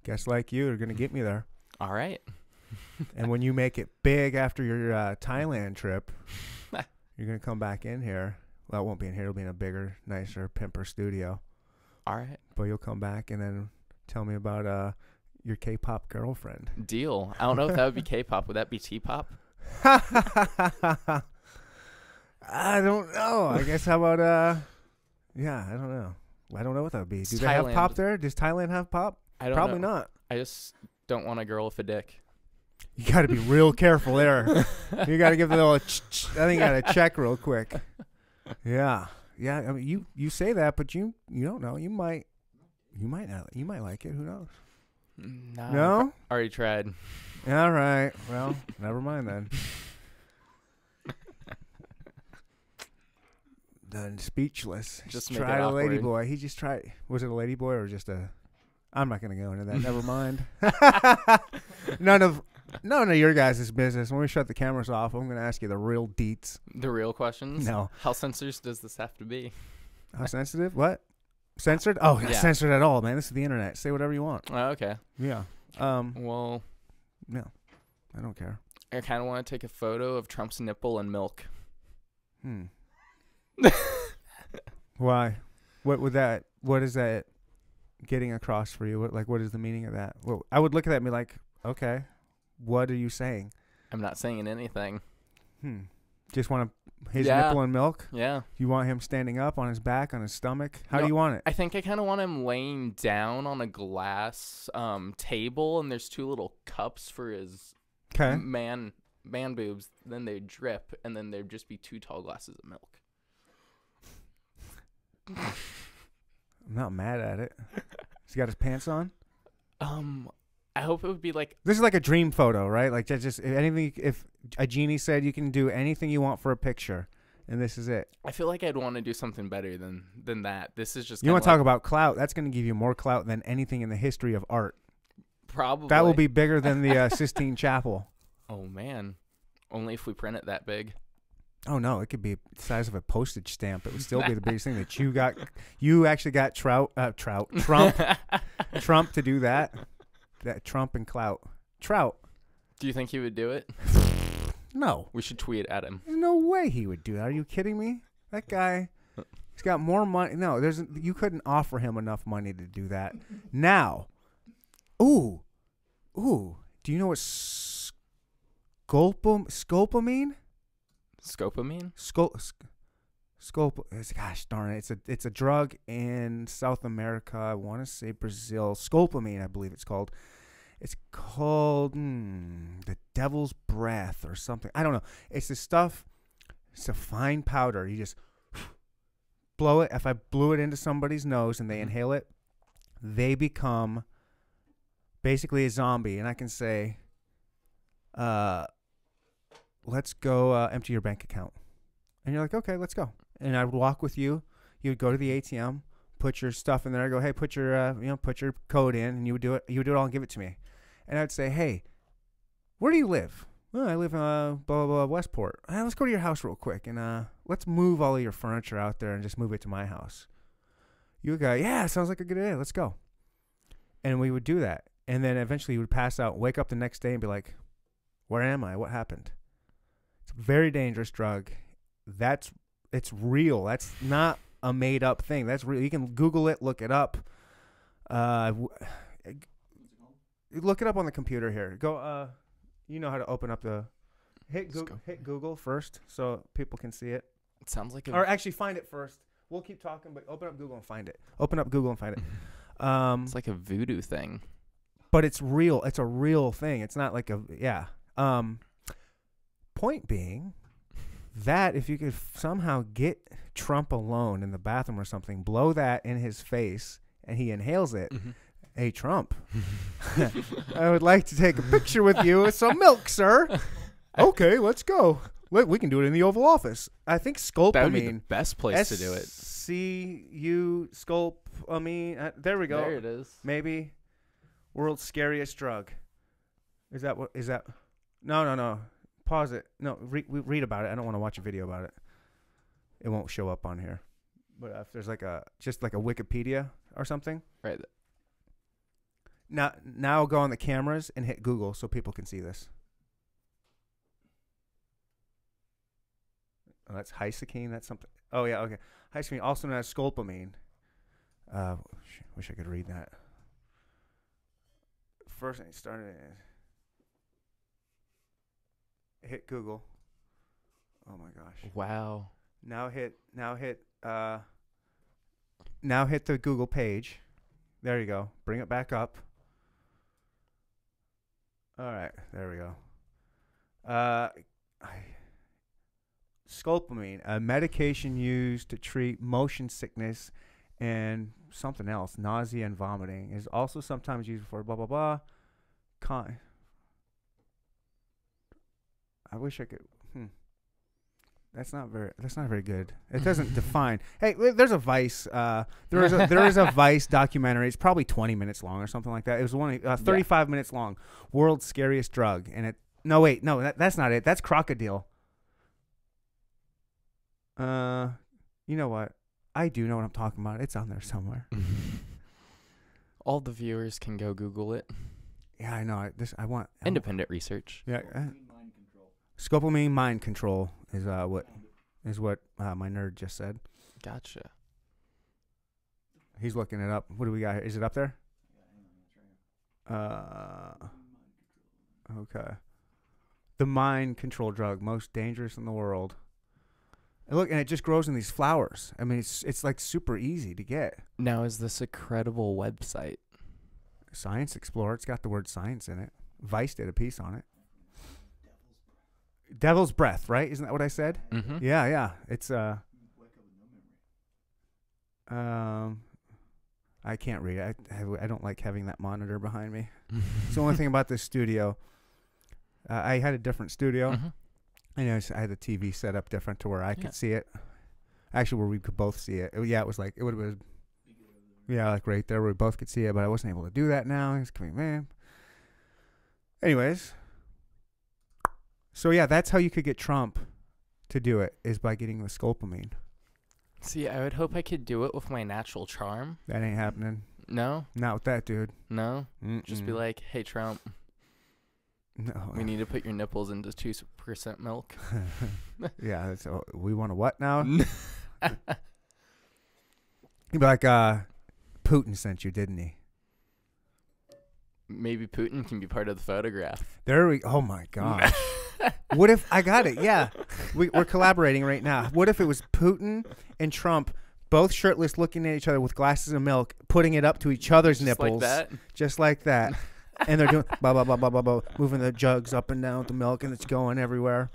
S1: Guests like you are gonna get me there.
S4: All right.
S1: And when you make it big after your uh, Thailand trip, you're gonna come back in here. Well, it won't be in here. It'll be in a bigger, nicer, pimper studio.
S4: All right.
S1: But you'll come back and then tell me about uh, your K-pop girlfriend.
S4: Deal. I don't know if that would be K-pop. Would that be T-pop?
S1: I don't know. I guess how about uh, yeah, I don't know. I don't know what that would be.
S4: It's
S1: Do they have pop
S4: Thailand.
S1: there? Does Thailand have pop?
S4: I don't
S1: Probably
S4: know.
S1: not.
S4: I just don't want a girl with a dick.
S1: You got to be real careful there. You got to give the little. ch- ch- I think you got to check real quick. Yeah, yeah. I mean, you you say that, but you you don't know. You might you might not. You might like it. Who knows?
S4: No.
S1: No.
S4: Already tried.
S1: All right. Well, never mind then. Done speechless. He's
S4: Just make it
S1: tried a lady
S4: awkward.
S1: boy. He just tried. Was it a lady boy or just a? I'm not gonna go into that. Never mind. none of none of your guys' business. When we shut the cameras off, I'm gonna ask you the real deets.
S4: The real questions.
S1: No,
S4: How censors does this have to be?
S1: how sensitive? What? Censored? Oh, not
S4: Yeah.
S1: censored at all, man. This is the internet. Say whatever you want.
S4: Oh, okay.
S1: Yeah. Um.
S4: Well,
S1: No, I don't care.
S4: I kind of want to take a photo of Trump's nipple and milk.
S1: Hmm. Why? What would that? What is that getting across for you? What like what is the meaning of that? Well, I would look at that and be like, okay, what are you saying?
S4: I'm not saying anything.
S1: Hmm. Just want to his
S4: Yeah.
S1: nipple and milk.
S4: Yeah.
S1: You want him standing up on his back on his stomach. How
S4: No,
S1: do you want it?
S4: I think I kind of want him laying down on a glass um, table, and there's two little cups for his
S1: Okay.
S4: man man boobs. Then they drip, and then there'd just be two tall glasses of milk.
S1: I'm not mad at it. He's got his pants on.
S4: Um, I hope it would be like
S1: This is like a dream photo, right? Like that just if anything. If a genie said you can do anything you want for a picture, and this is it.
S4: I feel like I'd want to do something better than than that. This is just
S1: You want to
S4: kinda
S1: talk about clout? That's going to give you more clout than anything in the history of art.
S4: like- probably
S1: That will be bigger than the uh, Sistine Chapel.
S4: Oh man, only if we print it that big.
S1: Oh no, it could be the size of a postage stamp. It would still be the biggest thing that you got. You actually got Trout, uh, Trout, Trump, Trump to do that. That Trump and clout, Trout.
S4: Do you think he would do it?
S1: No,
S4: We should tweet at him.
S1: there's no way he would do that. Are you kidding me? That guy, he's got more money. No, there's you couldn't offer him enough money to do that. Now, ooh, ooh. Do you know what sculpum sculpamine?
S4: Scopamine?
S1: Scul- sc- Sculp, it's- gosh darn it! It's a it's a drug in South America. I want to say Brazil. Sculpamine, I believe it's called. It's called hmm, the devil's breath or something. I don't know. It's this stuff. It's a fine powder. You just blow it. If I blew it into somebody's nose and they
S4: Mhm.
S1: inhale it, they become basically a zombie. And I can say, uh, let's go uh, empty your bank account. And you're like, okay, let's go. And I would walk with you. You would go to the ATM, put your stuff in there. I go, hey, put your uh, you know, put your code in, and you would do it. You would do it all and give it to me. And I'd say, hey, where do you live? Well, I live in uh, blah blah blah Westport. "Ah, let's go to your house real quick and uh, let's move all of your furniture out there and just move it to my house. You would go, yeah, sounds like a good idea. Let's go. And we would do that. And then eventually you would pass out, wake up the next day, and be like, where am I? What happened? It's a very dangerous drug. That's it's real. That's not a made up thing. That's real. You can Google it, look it up. Uh, w- look it up on the computer here. Go. Uh, you know how to open up the hit
S4: Let's
S1: Goog
S4: go.
S1: hit Google first so people can see it,
S4: It sounds like a
S1: or actually find it first. We'll keep talking, but open up Google and find it. Open up Google and find it. Um,
S4: it's like a voodoo thing.
S1: but it's real. It's a real thing. It's not like a yeah. Um, point being that if you could f- somehow get Trump alone in the bathroom or something, blow that in his face, and he inhales it.
S4: Mm-hmm.
S1: Hey Trump, I would like to take a picture with you with some milk, sir. Okay, let's go. Let- We can do it in the Oval Office. I think sculpamine.
S4: That would be the best place to do it.
S1: C U sculp. I mean, uh, there we go.
S4: There it is.
S1: Maybe world's scariest drug. Is that what? Is that? No, no, no. Pause it. No, re- we read about it. I don't want to watch a video about it. It won't show up on here. But uh, if there's like a just like a Wikipedia or something,
S4: Right. th-
S1: now now go on the cameras and hit Google so people can see this. Oh, that's hyoscine. That's something. Oh yeah, okay. Hyoscine, also known as scolpamine. Uh, sh- wish I could read that. First, I started. Hit Google. Oh my gosh.
S4: Wow.
S1: Now hit. Now hit. Uh. Now hit the Google page. There you go. Bring it back up. All right. There we go. Uh, I- scolpamine, a medication used to treat motion sickness and something else, nausea and vomiting, is also sometimes used for blah blah blah. Con. I wish I could. Hmm. That's not very. That's not very good. It doesn't define. Hey, w- there's a Vice. Uh, there is a there is a Vice documentary. It's probably 20 minutes long or something like that. It was one uh, 35 minutes long. World's scariest drug, and it. No wait, no, that, that's not it. That's crocodile. Uh, you know what? I do know what I'm talking about. It's on there somewhere.
S4: All the viewers can go Google it.
S1: Yeah, I know. I, this I want. I want-
S4: Independent research.
S1: Yeah. Uh, Scopamine mind control is uh what is what uh, my nerd just said.
S4: Gotcha.
S1: He's looking it up. What do we got here? Is it up there? Uh, okay. The mind control drug, most dangerous in the world. And look, and it just grows in these flowers. I mean, it's it's like super easy to get.
S4: Now, is this a credible website?
S1: Science Explorer. It's got the word science in it. Vice did a piece on it. Devil's breath, right? Isn't that what I said?
S4: Mm-hmm.
S1: Yeah, yeah. It's uh um I can't read. I I don't like having that monitor behind me. It's the only thing about this studio. Uh, I had a different studio. I know I had the TV set up different to where I
S4: Yeah.
S1: could see it. Actually, where we could both see it. It- yeah, it was like it would have been. Yeah, like right there where we both could see it, but I wasn't able to do that now. It's coming, man. Anyways, so yeah, that's how you could get Trump to do it is by getting the scolpamine.
S4: See, I would hope I could do it with my natural charm.
S1: That ain't happening.
S4: No,
S1: Not with that dude.
S4: no. Just be
S1: Mm-mm.
S4: like, hey, Trump,
S1: no.
S4: we need to put your nipples into 2% milk.
S1: yeah, that's, oh, we want to what now? You'd be like, uh, Putin sent you, didn't he?
S4: Maybe Putin can be part of the photograph.
S1: There we. Oh my gosh. what if I got it? Yeah, we, we're collaborating right now. What if it was Putin and Trump, both shirtless, looking at each other with glasses of milk, putting it up to each other's
S4: Just
S1: nipples,
S4: like that.
S1: just like that, and they're doing blah blah blah blah blah blah, moving the jugs up and down with the milk, and it's going everywhere.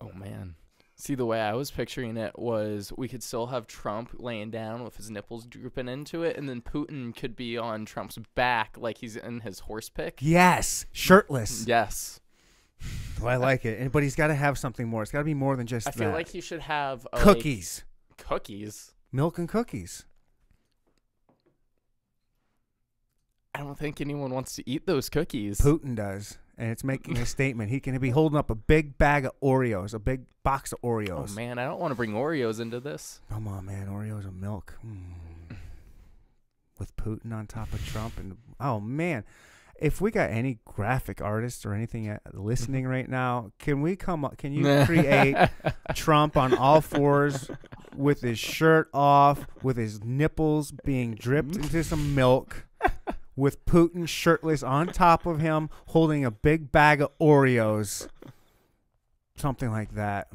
S4: Oh, man. See, the way I was picturing it was we could still have Trump laying down with his nipples drooping into it, and then Putin could be on Trump's back like he's in his horse pick.
S1: Yes, shirtless.
S4: Yes.
S1: Oh, I like it, And- but he's got to have something more. It's got to be more than just
S4: I feel
S1: that.
S4: like uh, he should have a, like,
S1: cookies,
S4: cookies.
S1: milk and cookies.
S4: I don't think anyone wants to eat those cookies.
S1: Putin does, and it's making a statement. He can be holding up a big bag of Oreos, a big box of
S4: Oh
S1: Oreos.
S4: man, I don't want to bring Oreos into this.
S1: Come on, man. Oreos and milk. Mm. With Putin on top of Trump. and Oh, man. If we got any graphic artists or anything uh, listening right now, can we come up? Can you create Trump on all fours with his shirt off, with his nipples being dripped into some milk, with Putin shirtless on top of him, holding a big bag of Oreos? Something like that.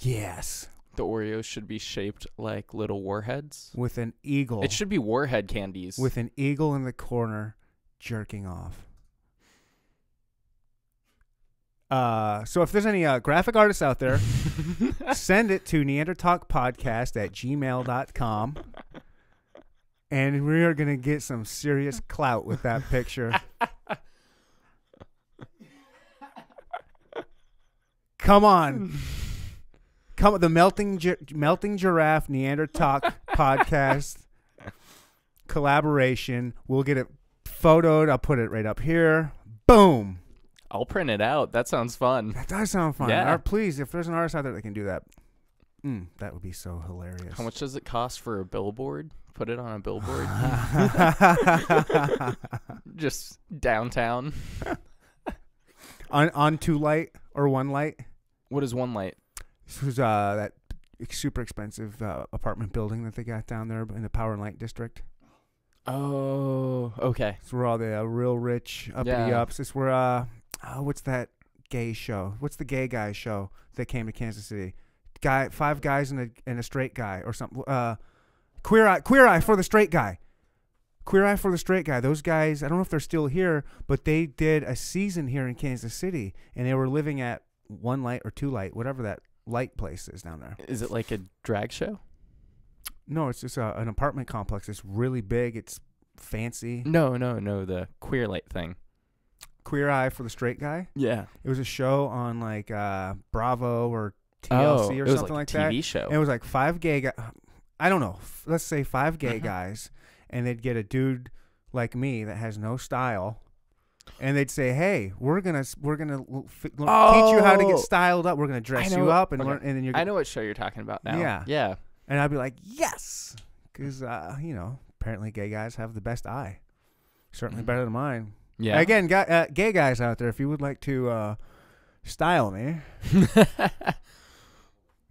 S1: Yes.
S4: The Oreos should be shaped like little warheads.
S1: With an eagle.
S4: It should be warhead candies.
S1: with an eagle in the corner jerking off. Uh, so if there's any uh, graphic artists out there, send it to neandertalkpodcast at gmail.com. And we are going to get some serious clout with that picture. Come on. Come the melting gi- melting giraffe Neanderthal podcast collaboration. We'll get it photoed. I'll put it right up here. Boom.
S4: I'll print it out. That sounds fun.
S1: That does sound fun.
S4: Yeah.
S1: Or please, if there's an artist out there that can do that, mm, that would be so hilarious.
S4: How much does it cost for a billboard? Put it on a billboard
S1: Ah.
S4: just downtown.
S1: on on two light or one light?
S4: What is one light?
S1: This was uh, that super expensive uh, apartment building that they got down there in the Power and Light District.
S4: Oh, okay.
S1: It's where all the uh, real rich uppity
S4: Yeah.
S1: ups. It's where uh, oh, what's that gay show? What's the gay guy show that came to Kansas City? Guy, five guys and a and a straight guy or something. Uh, queer eye, queer eye for the straight guy. Queer eye for the straight guy. Those guys, I don't know if they're still here, but they did a season here in Kansas City, and they were living at one light or two light, whatever that light place is down there.
S4: Is it like a drag show?
S1: No, it's just uh an apartment complex. It's really big. It's fancy.
S4: No, no, no. The queer light thing.
S1: Queer eye for the straight guy.
S4: Yeah.
S1: It was a show on like uh, Bravo or
S4: oh,
S1: TLC
S4: it
S1: or
S4: was
S1: something
S4: like,
S1: like,
S4: a
S1: that.
S4: TV show.
S1: And it was like five gay guys. I don't know. f- Let's say five
S4: Mm-hmm.
S1: gay guys, and they'd get a dude like me that has no style, and they'd say, "Hey, we're gonna s- we're gonna l- f- l- teach you how to
S4: Oh.
S1: get styled up. We're gonna dress
S4: know-
S1: you up and
S4: okay.
S1: learn." And then you're
S4: I know what show you're talking about now.
S1: Yeah.
S4: Yeah.
S1: and I'd be like, "Yes," because uh, you know apparently gay guys have the best eye, certainly
S4: Mhm.
S1: better than mine.
S4: Yeah.
S1: Again, guy, uh, gay guys out there, if you would like to uh, style me,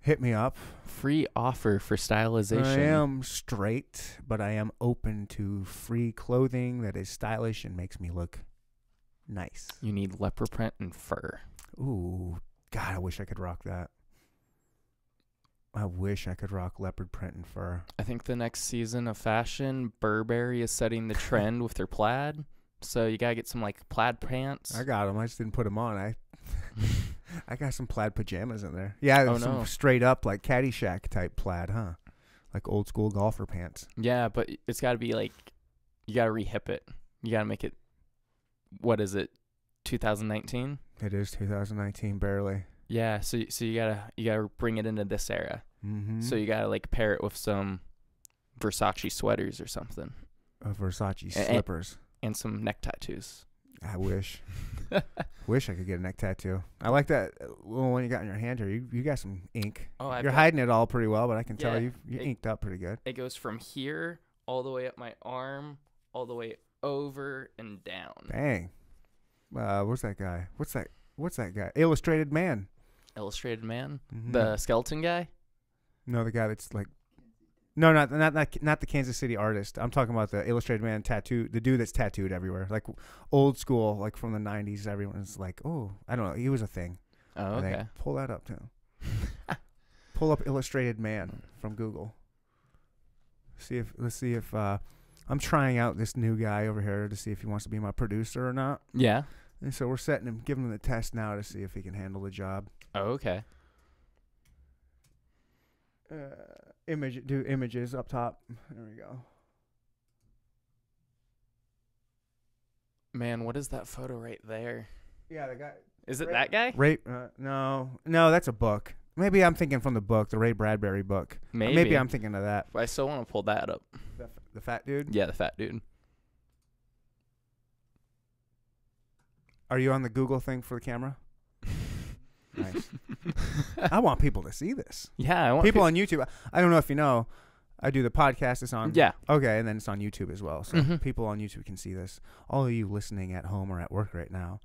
S1: hit me up.
S4: Free offer for stylization.
S1: I am straight, but I am open to free clothing that is stylish and makes me look nice.
S4: You need leopard print and fur.
S1: Ooh, God, I wish I could rock that. I wish I could rock leopard print and fur.
S4: I think the next season of fashion, Burberry is setting the trend with their plaid. So you gotta get some like plaid pants.
S1: I got them. I just didn't put them on. I I got some plaid pajamas in there. Yeah,
S4: Oh,
S1: some
S4: no.
S1: straight up like Caddyshack type plaid, huh? Like old school golfer pants.
S4: yeah, but y- it's gotta be like you gotta rehip it. You gotta make it. What is it? 2019.
S1: It is 2019, barely.
S4: Yeah. So y- so you gotta you gotta bring it into this era.
S1: Mm-hmm.
S4: So you gotta like pair it with some Versace sweaters or something,
S1: uh, Versace
S4: eh.
S1: slippers.
S4: and some neck tattoos. Oh,
S1: I wish. Wish I could get a neck tattoo. I like that uh, little one you got in your hand here. You you got some ink.
S4: Oh, I've
S1: You're
S4: got-
S1: hiding it all pretty well, but I can
S4: Yeah,
S1: tell you you
S4: it-
S1: inked up pretty good.
S4: It goes from here all the way up my arm, all the way over and down.
S1: Dang. Uh, what's that guy? What's that? What's that guy? Illustrated man.
S4: Illustrated man,
S1: Mhm.
S4: the skeleton guy.
S1: no, the guy that's like. No, not not not not the Kansas City artist. I'm talking about the illustrated man tattoo, the dude that's tattooed everywhere, like old school, like from the '90s. Everyone's like, oh, I don't know, he was a thing.
S4: Oh,
S1: I think.
S4: okay.
S1: Pull that up too. Pull up illustrated man from Google. See if let's see if uh, I'm trying out this new guy over here to see if he wants to be my producer or not.
S4: Yeah.
S1: And so we're setting him, giving him the test now to see if he can handle the job.
S4: Oh, okay.
S1: Uh, image, do images up top. There we go.
S4: Man, what is that photo right there?
S1: Yeah, the guy.
S4: Is it
S1: Right-
S4: that guy?
S1: Ray, uh, no, no, that's a book. Maybe I'm thinking from the book, the Ray Bradbury book.
S4: Maybe.
S1: Uh, I'm thinking of that.
S4: I still want to pull that up.
S1: The, the fat dude.
S4: Yeah, the fat dude.
S1: Are you on the Google thing for the camera? Nice. I want people to see this.
S4: yeah, I want
S1: people on YouTube. I don't know if you know. I do the podcast. It's on.
S4: Yeah.
S1: Okay, and then it's on YouTube as well. So
S4: Mhm.
S1: people on YouTube can see this. All of you listening at home or at work right now,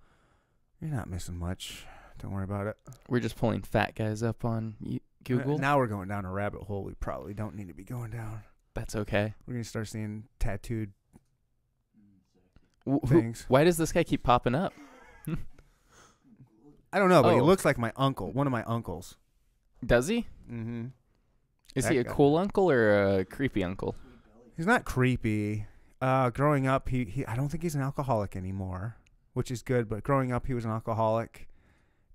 S1: you're not missing much. Don't worry about it. Uh,
S4: We're just pulling fat guys up on you- Google.
S1: Now we're going down a rabbit hole we probably don't need to be going down.
S4: That's okay.
S1: We're gonna start seeing tattooed
S4: Wh- who-
S1: things.
S4: why does this guy keep popping up?
S1: I don't know, but he
S4: Oh.
S1: looks like my uncle, one of my uncles.
S4: Does he?
S1: Mm-hmm.
S4: Is
S1: That
S4: he a
S1: guy.
S4: cool uncle or a creepy uncle?
S1: He's not creepy. Uh, growing up, he, he I don't think he's an alcoholic anymore, which is good. But growing up, he was an alcoholic,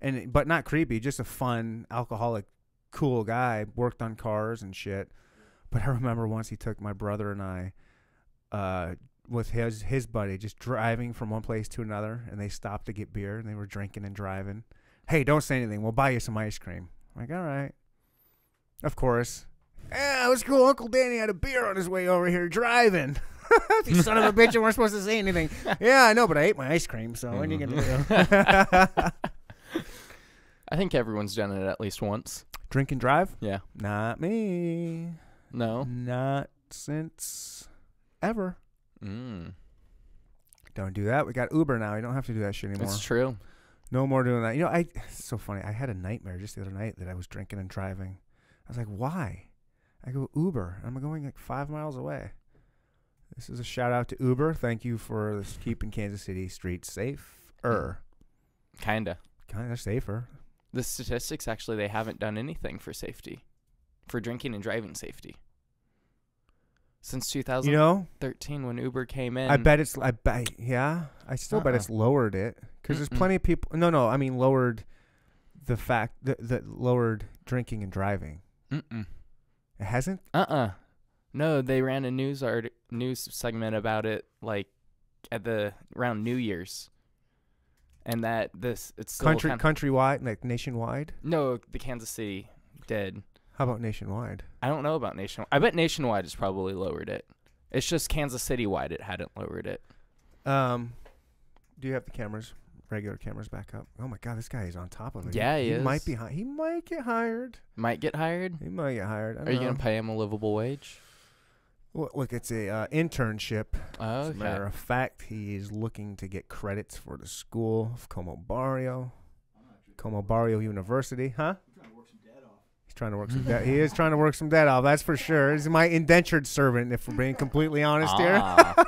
S1: and but not creepy, just a fun alcoholic, cool guy. Worked on cars and shit. But I remember once he took my brother and I, uh, with his his buddy, just driving from one place to another, and they stopped to get beer, and they were drinking and driving. Hey, don't say anything. We'll buy you some ice cream. I'm like, all right. Of course, yeah, it was cool. Uncle Danny had a beer on his way over here driving. you son of a bitch, and we're supposed to say anything. Yeah, I know, but I ate my ice cream, so what are you gonna
S4: Mm-hmm.
S1: do?
S4: I think everyone's done it at least once.
S1: Drink and drive?
S4: Yeah. Oh.
S1: Not me.
S4: No.
S1: Not since ever.
S4: Mm.
S1: Don't do that. We got Uber now. You don't have to do that shit anymore.
S4: It's true.
S1: No more doing that. You know, I it's so funny. I had a nightmare just the other night that I was drinking and driving. I was like, why? I go Uber. I'm going like five miles away. This is a shout out to Uber. Thank you for this keeping Kansas City streets safe. Er,
S4: Kinda.
S1: kind of safer.
S4: The statistics actually they haven't done anything for safety, for drinking and driving safety. Since
S1: You
S4: 2013,
S1: know,
S4: when Uber came in,
S1: I bet it's. I bet. Yeah, I still bet
S4: Uh-uh.
S1: it's lowered it because there's
S4: Mm-mm.
S1: plenty of people. No, no. I mean lowered the fact that the lowered drinking and driving.
S4: Mm-mm.
S1: It hasn't.
S4: Uh-uh. No, they ran a news art news segment about it like at the around New Year's. And that this it's still
S1: country
S4: kind-
S1: countrywide like nationwide.
S4: No, the Kansas City did.
S1: How about nationwide?
S4: I don't know about nationwide. I bet nationwide has probably lowered it. It's just Kansas City wide it hadn't lowered it.
S1: Um, do you have the cameras? Regular cameras back up. Oh my God, this guy is on top of it.
S4: Yeah, he
S1: he might
S4: is.
S1: be. Hi- he might get hired.
S4: Might get hired.
S1: He might get hired. I don't
S4: Are you
S1: know.
S4: gonna pay him a livable wage?
S1: Well, look, it's a uh, internship.
S4: Oh,
S1: As a matter of fact, he is looking to get credits for the school of Como Barrio, Como Barrio University, huh? He's trying to work some debt. He is trying to work some debt off. That's for sure. He's my indentured servant, if we're being completely honest here.
S4: Ah.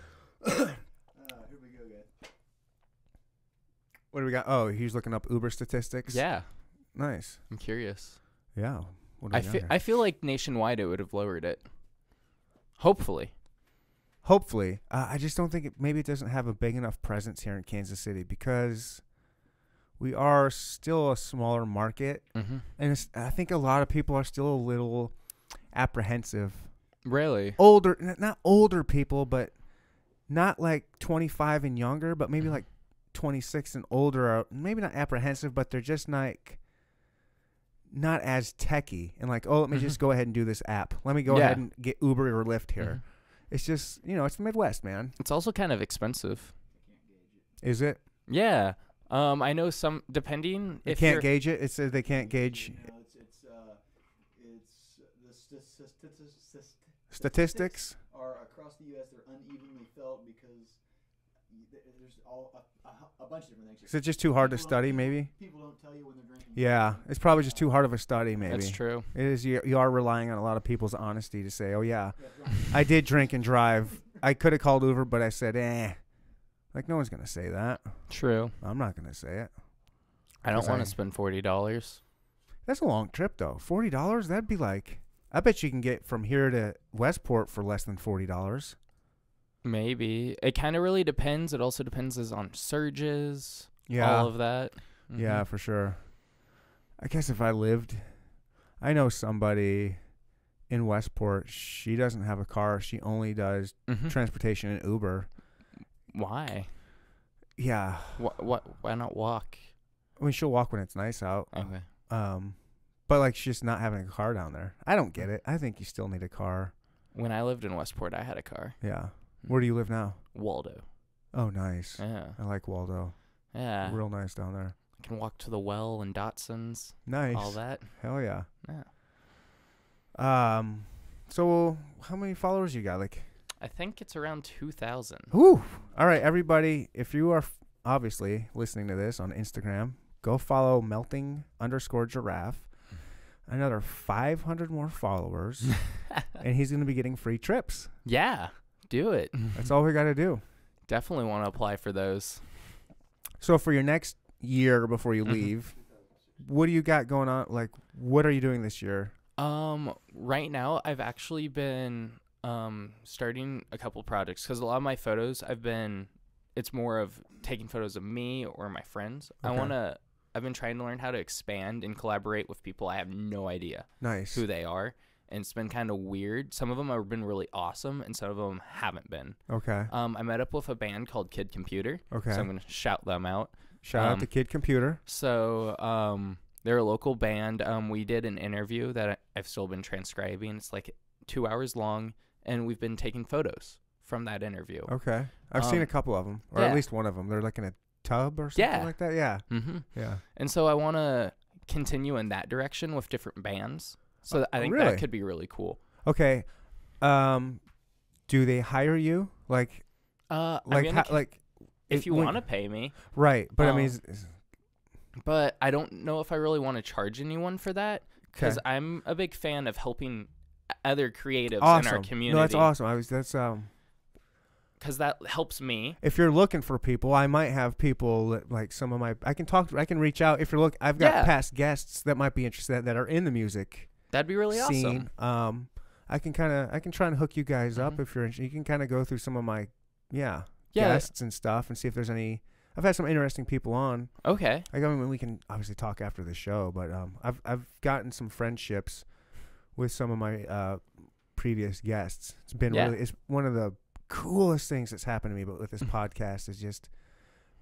S1: What do we got? Oh, he's looking up Uber statistics.
S4: yeah,
S1: nice.
S4: I'm curious.
S1: Yeah. What do
S4: I
S1: we got
S4: feel
S1: here?
S4: I feel like nationwide it would have lowered it. Hopefully.
S1: Hopefully, uh, I just don't think it, maybe it doesn't have a big enough presence here in Kansas City because we are still a smaller market,
S4: Mm-hmm.
S1: and it's, I think a lot of people are still a little apprehensive.
S4: Really?
S1: Older, n- not older people, but not like 25 and younger, but maybe like 26 and older are maybe not apprehensive, but they're just like not as techy and like, oh, let me
S4: Mhm.
S1: just go ahead and do this app. Let me go
S4: Yeah.
S1: ahead and get Uber or Lyft here.
S4: Mhm.
S1: It's just you know, it's the Midwest, man.
S4: It's also kind of expensive.
S1: Is it?
S4: Yeah. Um, I know some depending
S1: They
S4: if
S1: can't
S4: you're,
S1: gauge it. It says they can't gauge
S5: You know, it's it's uh, it's the statistics
S1: statistics.
S5: are across the U.S. They're unevenly felt because th- there's all a, a, hu- a bunch of different things.
S1: Is it just too hard to
S5: People don't-
S1: study? Maybe.
S5: People don't tell you when they're drinking.
S1: Yeah, it's probably just too hard of a study. Maybe.
S4: that's true.
S1: It is. You, you are relying on a lot of people's honesty to say, "Oh yeah,
S5: Yeah, drunk.
S1: I did drink and drive. I could have called Uber, but I said, eh." Like no one's gonna say that.
S4: True.
S1: I'm not gonna say it.
S4: I don't
S1: Cause
S4: want
S1: I-
S4: to spend forty dollars.
S1: That's a long trip though. Forty dollars? That'd be like. I bet you can get from here to Westport for less than forty dollars.
S4: Maybe it kind of really depends. It also depends is on surges,
S1: Yeah.
S4: all of that.
S1: Yeah,
S4: Mhm.
S1: for sure. I guess if I lived, I know somebody in Westport. She doesn't have a car. She only does
S4: Mhm.
S1: transportation and Uber.
S4: Why?
S1: Yeah,
S4: What? What? Why not walk?
S1: I mean she'll walk when it's nice out.
S4: Okay.
S1: Um, but like she's just not having a car down there. I don't get it. I think you still need a car.
S4: When I lived in Westport, I had a car.
S1: Yeah.
S4: Hmm.
S1: Where do you live now?
S4: Waldo.
S1: Oh, nice.
S4: Yeah.
S1: I like Waldo.
S4: Eh. Yeah.
S1: Real nice down there.
S4: I can walk to the well and Dotson's.
S1: Nice.
S4: All that.
S1: Hell yeah.
S4: Yeah.
S1: Um, so how many followers you got? Like
S4: I think it's around two thousand.
S1: Whew. All right, everybody. If you are f- obviously listening to this on Instagram, go follow melting underscore giraffe. Another 500 more followers, and he's going to be getting free trips.
S4: Yeah. Do it.
S1: That's all we got to do.
S4: Definitely want to apply for those.
S1: So, for your next year before you
S4: Mhm.
S1: leave, what do you got going on? Like, what are you doing this year?
S4: Um, right now I've actually been um starting a couple projects because a lot of my photos I've been it's more of taking photos of me or my friends. I
S1: Okay.
S4: want to. I've been trying to learn how to expand and collaborate with people I have no idea
S1: Nice.
S4: who they are, and it's been kind of weird. Some of them have been really awesome, and some of them haven't been.
S1: Okay.
S4: Um, I met up with a band called Kid Computer,
S1: Okay.
S4: so I'm gonna shout them out.
S1: Shout out
S4: um,
S1: to Kid Computer.
S4: So um, they're a local band. Um, we did an interview that I, I've still been transcribing. It's like two hours long, and we've been taking photos from that interview.
S1: Okay. I've seen
S4: Um,
S1: a couple of them, or
S4: yeah.
S1: at least one of them. They're like in a tub or something
S4: Yeah.
S1: like that. Yeah.
S4: hmm
S1: Yeah.
S4: And so I want to continue in that direction with different bands. So I think
S1: Uh, really?
S4: that could be really cool.
S1: Okay. Um, do they hire you? Like,
S4: Uh, I
S1: like,
S4: mean,
S1: ha- like,
S4: if you
S1: when-
S4: want to pay me,
S1: right? But I mean,
S4: Um,
S1: is- is-
S4: but I don't know if I really want to charge anyone for that because
S1: Okay.
S4: I'm a big fan of helping other creatives in our
S1: awesome.
S4: community.
S1: No, that's awesome. I was. That's um.
S4: Because that helps me.
S1: If you're looking for people, I might have people that, like some of my. I can talk. to- I can reach out if you're look. I've got
S4: Yeah.
S1: past guests that might be interested that are in the music
S4: That'd be really awesome.
S1: scene. Um, I can kind of. I can try and hook you guys up
S4: Mhm.
S1: if you're. interested. You can kind of go through some of my, yeah,
S4: Yeah.
S1: guests and stuff, and see if there's any. I've had some interesting people on.
S4: Okay.
S1: I mean, we can obviously talk after the show, but um, I've I've gotten some friendships with some of my uh, previous guests. It's been
S4: Yeah.
S1: really it's one of the coolest things that's happened to me. But with this podcast, is just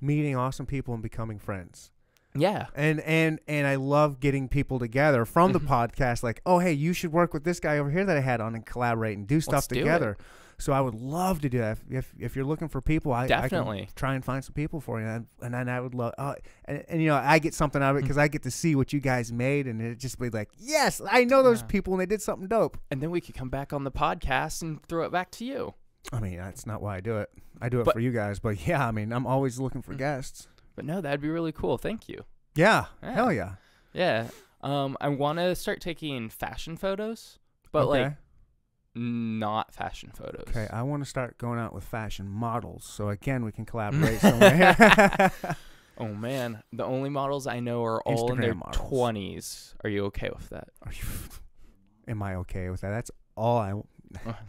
S1: meeting awesome people and becoming friends.
S4: Yeah.
S1: And and and I love getting people together from the
S4: Mhm.
S1: podcast. Like, oh hey, you should work with this guy over here that I had on and collaborate and do stuff
S4: Let's do it.
S1: together. So I would love to do that. If if, if you're looking for people, I I can
S4: Definitely.
S1: try and find some people for you. And and then I would love, uh, and, and you know, I get something out of it
S4: Mm.
S1: because I get to see what you guys made, and it just be like, yes, I know those
S4: Yeah.
S1: people, and they did something dope.
S4: And then we could come back on the podcast and throw it back to you.
S1: I mean, that's not why I do it. I do it
S4: But-
S1: for you guys, but yeah, I mean, I'm always looking for
S4: Mm.
S1: guests.
S4: But no, that'd be really cool. Thank you.
S1: Yeah,
S4: Yeah.
S1: hell yeah.
S4: Yeah. Um, I want to start taking fashion photos, but
S1: okay.
S4: like not fashion photos.
S1: okay, I want to start going out with fashion models, so again, we can collaborate somewhere.
S4: oh man, the only models I know are all in their
S1: Instagram models.
S4: twenties. Are you okay with that?
S1: Are you? Am I okay with that? That's all I.
S4: Uh.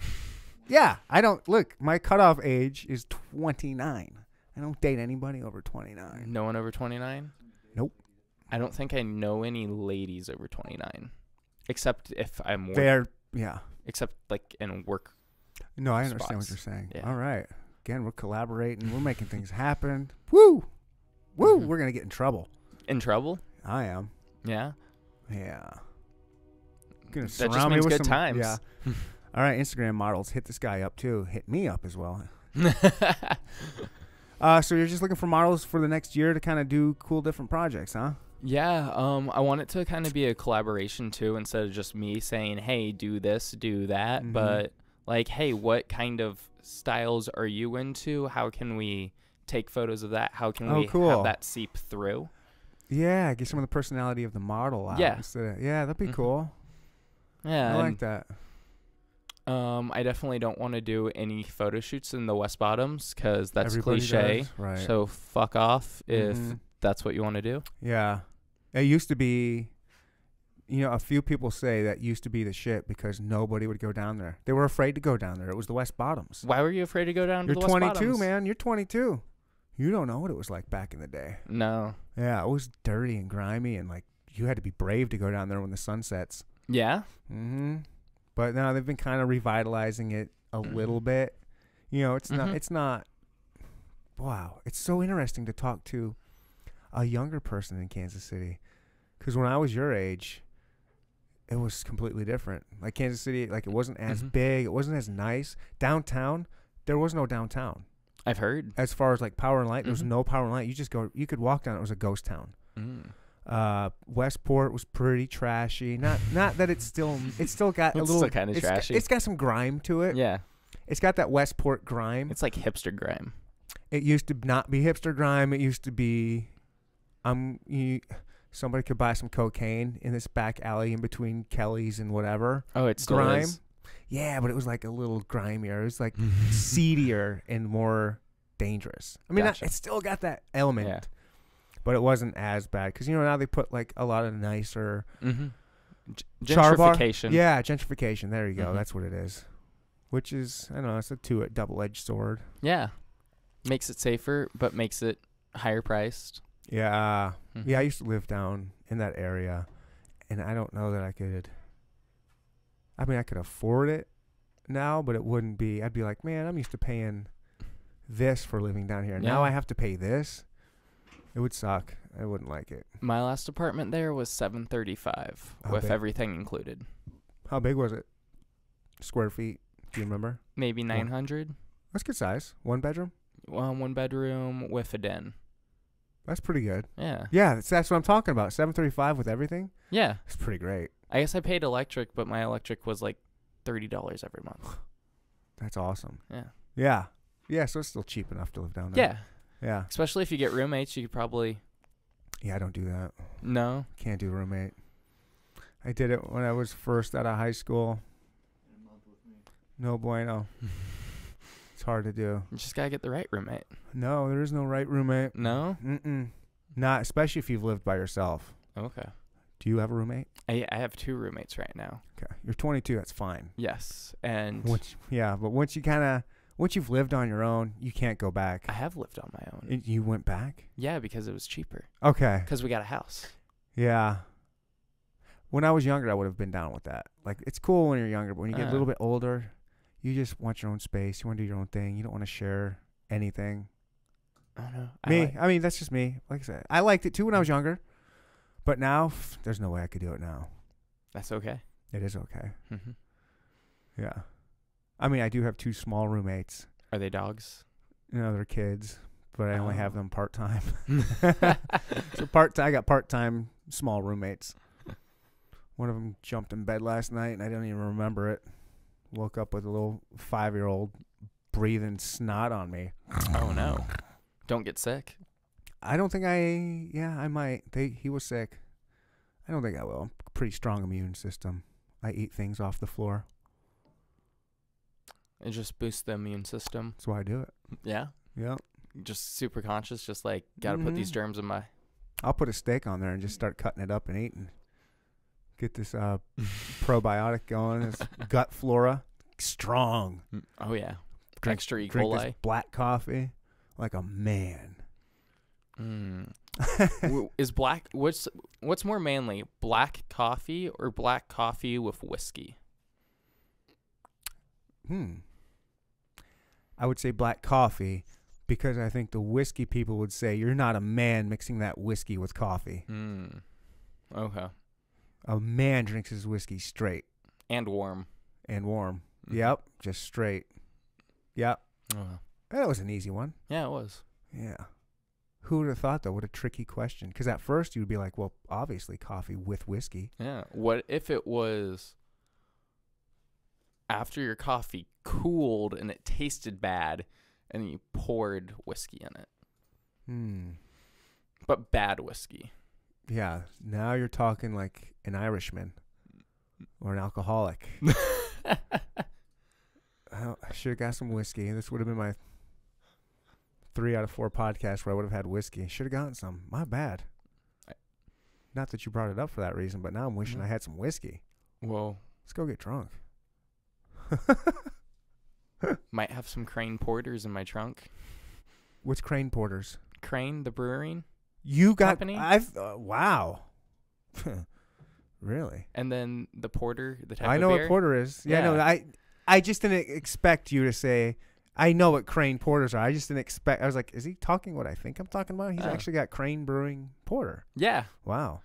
S1: yeah, I don't look. My cutoff age is twenty nine. I don't date anybody over twenty nine.
S4: No one over twenty nine.
S1: Nope.
S4: I don't think I know any ladies over twenty nine, except if I'm work,
S1: They're yeah.
S4: except like in work.
S1: No, I understand what
S4: Spots.
S1: you're saying.
S4: Yeah.
S1: All right. Again, we're collaborating. We're making things happen. Woo, woo.
S4: Mhm.
S1: We're gonna get in trouble.
S4: In trouble?
S1: I am.
S4: Yeah.
S1: Yeah. Gonna
S4: That just
S1: surround me
S4: means
S1: with
S4: good
S1: some-
S4: times.
S1: Yeah. All right, Instagram models, hit this guy up too. Hit me up as well. Uh, so you're just looking for models for the next year to kind of do cool different projects, huh?
S4: Yeah, um, I want it to kind of be a collaboration too, instead of just me saying, "Hey, do this, do that."
S1: Mhm.
S4: But like, hey, what kind of styles are you into? How can we take photos of that? How can
S1: Oh,
S4: we
S1: cool.
S4: have that seep through?
S1: Yeah, get some of the personality of the model out.
S4: Yeah.
S1: instead of- yeah, that'd be
S4: Mhm.
S1: cool.
S4: Yeah,
S1: I like
S4: and,
S1: that.
S4: um, I definitely don't want to do any photo shoots in the West Bottoms because that's
S1: Everybody
S4: cliche.
S1: does, Right.
S4: So fuck off if
S1: Mhm.
S4: that's what you want to do.
S1: yeah, it used to be. You know, a few people say that used to be the shit because nobody would go down there. They were afraid to go down there. It was the West Bottoms.
S4: Why were you afraid to go down
S1: You're
S4: to the West
S1: 22,
S4: Bottoms?
S1: man. You're 22. You don't know what it was like back in the day.
S4: No.
S1: Yeah, it was dirty and grimy, and like you had to be brave to go down there when the sun sets.
S4: Yeah.
S1: hmm But now they've been kind of revitalizing it a
S4: Mhm.
S1: little bit. You know, it's not.
S4: Mhm.
S1: It's not. Wow, it's so interesting to talk to a younger person in Kansas City, because when I was your age, it was completely different. Like Kansas City, like it wasn't as
S4: Mhm.
S1: big, it wasn't as nice. Downtown, there was no downtown
S4: I've heard.
S1: as far as like power and light. There was
S4: Mhm.
S1: no power and light. You just go, you could walk down. It was a ghost town.
S4: Mm.
S1: Uh, Westport was pretty trashy. Not not that it's still it's still got a
S4: It's
S1: little
S4: still kinda
S1: it's got-
S4: trashy.
S1: it's got some grime to it.
S4: Yeah.
S1: It's got that Westport grime.
S4: It's like hipster grime.
S1: it used to not be hipster grime. It used to be, um, you, somebody could buy some cocaine in this back alley in between Kelly's and whatever.
S4: Oh, it's still
S1: grime.
S4: is.
S1: Yeah, but it was like a little grimier. It was like seedier and more dangerous. I mean,
S4: Gotcha.
S1: it still got that element,
S4: Yeah.
S1: but it wasn't as bad because you know now they put like a lot of nicer.
S4: Mm-hmm.
S1: Char bar?
S4: Gentrification.
S1: Yeah, gentrification. There you go.
S4: Mhm.
S1: That's what it is. Which is, I don't know, it's a two a double edged sword.
S4: Yeah. Makes it safer, but makes it higher priced.
S1: Yeah. uh,
S4: Mhm.
S1: Yeah, I used to live down in that area, and I don't know that I could. I mean, I could afford it now, but it wouldn't be. I'd be like, man, I'm used to paying this for living down here. Now I
S4: Yeah.
S1: have to pay this. It would suck. I wouldn't like it.
S4: My last apartment there was 735
S1: How
S4: with
S1: Oh, big?
S4: everything included.
S1: How big was it? Square feet. Do you remember?
S4: maybe 900.
S1: That's good size. One bedroom.
S4: Well, one bedroom with a den.
S1: That's pretty good.
S4: Yeah.
S1: Yeah, that's, that's what I'm talking about. 735 with everything.
S4: Yeah.
S1: That's pretty great.
S4: I guess I paid electric, but my electric was like $30 every month.
S1: That's awesome.
S4: Yeah.
S1: Yeah. Yeah, so it's still cheap enough to live down there.
S4: Yeah.
S1: Yeah.
S4: Especially if you get roommates, you could probably.
S1: Yeah, I don't do that.
S4: No.
S1: Can't do roommate. I did it when I was first out of high school.
S5: in a month with me.
S1: No bueno. it's hard to do.
S4: You just got to get the right roommate.
S1: No, there is no right roommate.
S4: No?
S1: Mm-mm. Not especially if you've lived by yourself.
S4: Okay.
S1: Do you have a roommate?
S4: I, I have two roommates right now.
S1: Okay. You're 22, that's fine.
S4: Yes. And
S1: Once, yeah, but once you kind of once you've lived on your own, you can't go back.
S4: I have lived on my own.
S1: Y- You went back?
S4: yeah, because it was cheaper.
S1: Okay.
S4: Because we got a house.
S1: Yeah. When I was younger, I would have been down with that. Like, it's cool when you're younger, but when you get a
S4: Uh.
S1: little bit older, you just want your own space. You want to do your own thing. You don't want to share anything.
S4: I don't know.
S1: Oh, me,
S4: I like-
S1: I mean, that's just me. Like I said, I liked it too when I was younger, but now pff, there's no way I could do it now.
S4: that's okay.
S1: It is okay.
S4: Mhm.
S1: Yeah. I mean, I do have two small roommates.
S4: Are they dogs?
S1: You know, they're kids, but I only have
S4: Oh.
S1: them part time. so part time, I got part time small roommates. One of them jumped in bed last night, and I didn't even remember it. Woke up with a little five year old breathing snot on me.
S4: Oh, no. Don't get sick.
S1: I don't think I. Yeah, I might. They he was sick. I don't think I will. Pretty strong immune system. I eat things off the floor.
S4: It just boosts the immune system.
S1: That's why I do it.
S4: Yeah.
S1: Yeah.
S4: Just super conscious. Just like, got to put these
S1: Mhm.
S4: germs in my.
S1: I'll put a steak on there and just start cutting it up and eating. Get this uh, probiotic going. This gut flora strong.
S4: Oh, yeah.
S1: Drink-
S4: Extra E.
S1: Drink
S4: coli.
S1: this black coffee like a man.
S4: Mm. W- is black what's what's more manly black coffee or black coffee with whiskey
S1: hmm. I would say black coffee because I think the whiskey people would say you're not a man mixing that whiskey with coffee. Hmm.
S4: mm. okay
S1: A man drinks his whiskey straight
S4: and warm
S1: and warm.
S4: Mhm.
S1: Yep, just straight. Yep.
S4: Okay.
S1: That was an easy one.
S4: yeah it was
S1: Yeah. Who would have thought though? What a tricky question. Because at first you'd be like, well, obviously coffee with whiskey.
S4: yeah what if it was after your coffee cooled and it tasted bad and you poured whiskey in it
S1: Hmm.
S4: but bad whiskey
S1: Yeah. Now you're talking like an Irishman or an alcoholic. I should have got some whiskey. This would have been my three out of four podcasts where I would have had whiskey. Should have gotten some. My bad.
S4: I-
S1: Not that you brought it up for that reason, but now I'm wishing
S4: Mhm.
S1: I had some whiskey.
S4: whoa
S1: Let's go get drunk.
S4: might have some crane porters in my trunk
S1: What's Crane Porters?
S4: crane the brewing
S1: You got
S4: company?
S1: I've uh, wow. really?
S4: and then the porter the type
S1: I
S4: of
S1: know
S4: beer.
S1: what porter is. Yeah, no,
S4: Yeah.
S1: I I just didn't expect you to say I know what Crane Porters are. I just didn't expect. I was like, is he talking what I think I'm talking about? He's
S4: Oh.
S1: actually got Crane Brewing Porter.
S4: yeah
S1: Wow.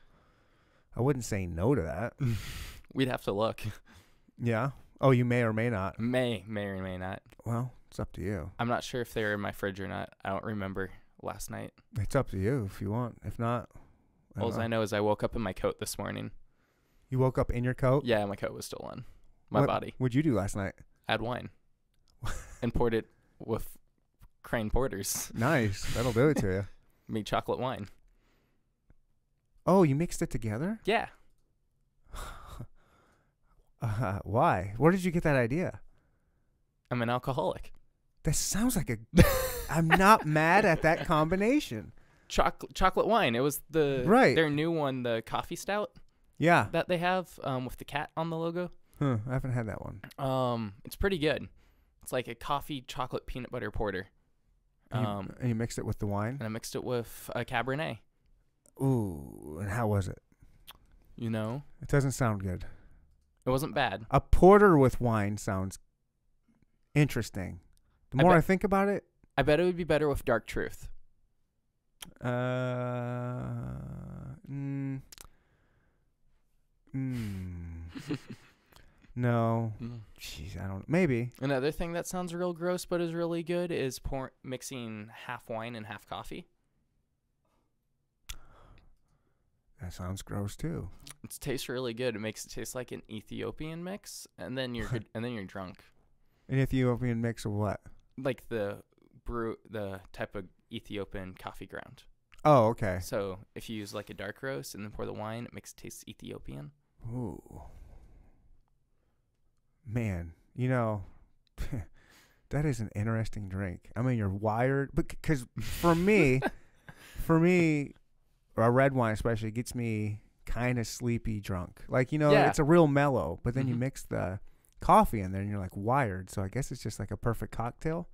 S1: I wouldn't say no to that.
S4: we'd have to look
S1: yeah. Oh, you may or may not.
S4: May, may or may not.
S1: Well, it's up to you.
S4: I'm not sure if they were in my fridge or not. I don't remember last night.
S1: It's up to you if you want. If not, I don't
S4: All I
S1: know.
S4: know is I woke up in my coat this morning.
S1: you woke up in your coat.
S4: Yeah, my coat was still on. My
S1: Oh. What-
S4: body.
S1: What'd you do last night?
S4: I had wine and poured it with Crane Porters.
S1: nice. That'll do it to you.
S4: Made chocolate wine.
S1: Oh, you mixed it together.
S4: Yeah.
S1: Uh, why? Where did you get that idea?
S4: I'm an alcoholic.
S1: That sounds like a. I'm not mad at that combination.
S4: Chocolate chocolate wine. It was the
S1: Right.
S4: their new one, the coffee stout
S1: Yeah.
S4: that they have um, with the cat on the logo.
S1: Huh, I haven't had that one.
S4: Um, it's pretty good. It's like a coffee chocolate peanut butter porter.
S1: And you,
S4: Um,
S1: and you mixed it with the wine.
S4: and I mixed it with a Cabernet.
S1: Ooh, and how was it?
S4: You know,
S1: It doesn't sound good.
S4: It wasn't bad.
S1: A porter with wine sounds interesting. The
S4: I
S1: more I,
S4: bet-
S1: think about it,
S4: I bet it would be better with Dark Truth.
S1: uh, mm, mm, No.
S4: Mm.
S1: Jeez, I don't. Maybe.
S4: Another thing that sounds real gross but is really good is pour- mixing half wine and half coffee.
S1: That sounds gross too.
S4: It tastes really good. It makes it taste like an Ethiopian mix, and then you're good, and then you're drunk.
S1: An Ethiopian mix of what?
S4: Like the brew, the type of Ethiopian coffee ground.
S1: Oh, okay.
S4: So if you use like a dark roast and then pour the wine, it makes it taste Ethiopian.
S1: Ooh. Man, you know, that is an interesting drink. I mean, you're wired, but because for me, for me, a red wine especially gets me kind of sleepy drunk. Like, you know,
S4: Yeah.
S1: it's a real mellow, but then you
S4: Mhm.
S1: mix the coffee in there and you're like wired. So I guess it's just like a perfect cocktail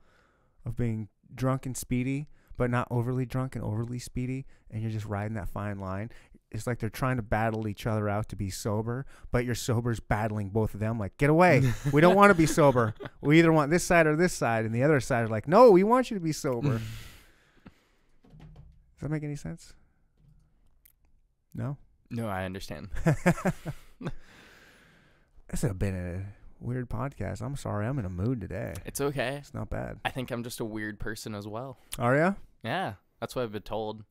S1: of being drunk and speedy, but not overly drunk and overly speedy. And you're just riding that fine line. It's like they're trying to battle each other out to be sober, but your sober's battling both of them. Like, get away. we don't want to be sober. We either want this side or this side. And the other side are like, no, we want you to be sober. Does that make any sense? No?
S4: No, I understand.
S1: This has been a weird podcast. I'm sorry. I'm in a mood today.
S4: It's okay.
S1: It's not bad.
S4: I think I'm just a weird person as well.
S1: Are ya?
S4: Yeah, that's what I've been told.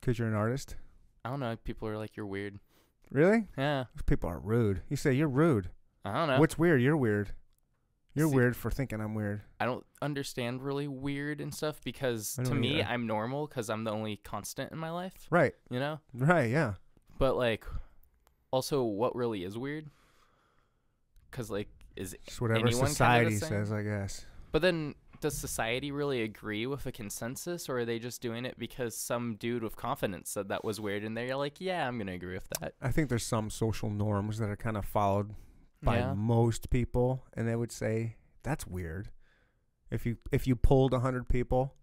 S1: Because you're an artist?
S4: I don't know. People are like, you're weird.
S1: Really?
S4: Yeah,
S1: Those people are rude. You say you're rude.
S4: I don't know.
S1: What's weird? You're weird. You're
S4: See-
S1: weird for thinking I'm weird.
S4: I don't understand really weird and stuff because
S1: I
S4: to
S1: don't
S4: me,
S1: either.
S4: I'm normal because I'm the only constant in my life,
S1: Right.
S4: you know?
S1: Right. Yeah.
S4: But like, also, what really is weird? Because, like, is.
S1: Just whatever
S4: Anyone kinda the
S1: society
S4: same?
S1: says, I guess.
S4: But then, does society really agree with a consensus or are they just doing it because some dude with confidence said that was weird and they're like, yeah, I'm going to agree with that?
S1: I think there's some social norms that are kind of followed by
S4: yeah.
S1: most people, and they would say that's weird. If you if you polled hundred people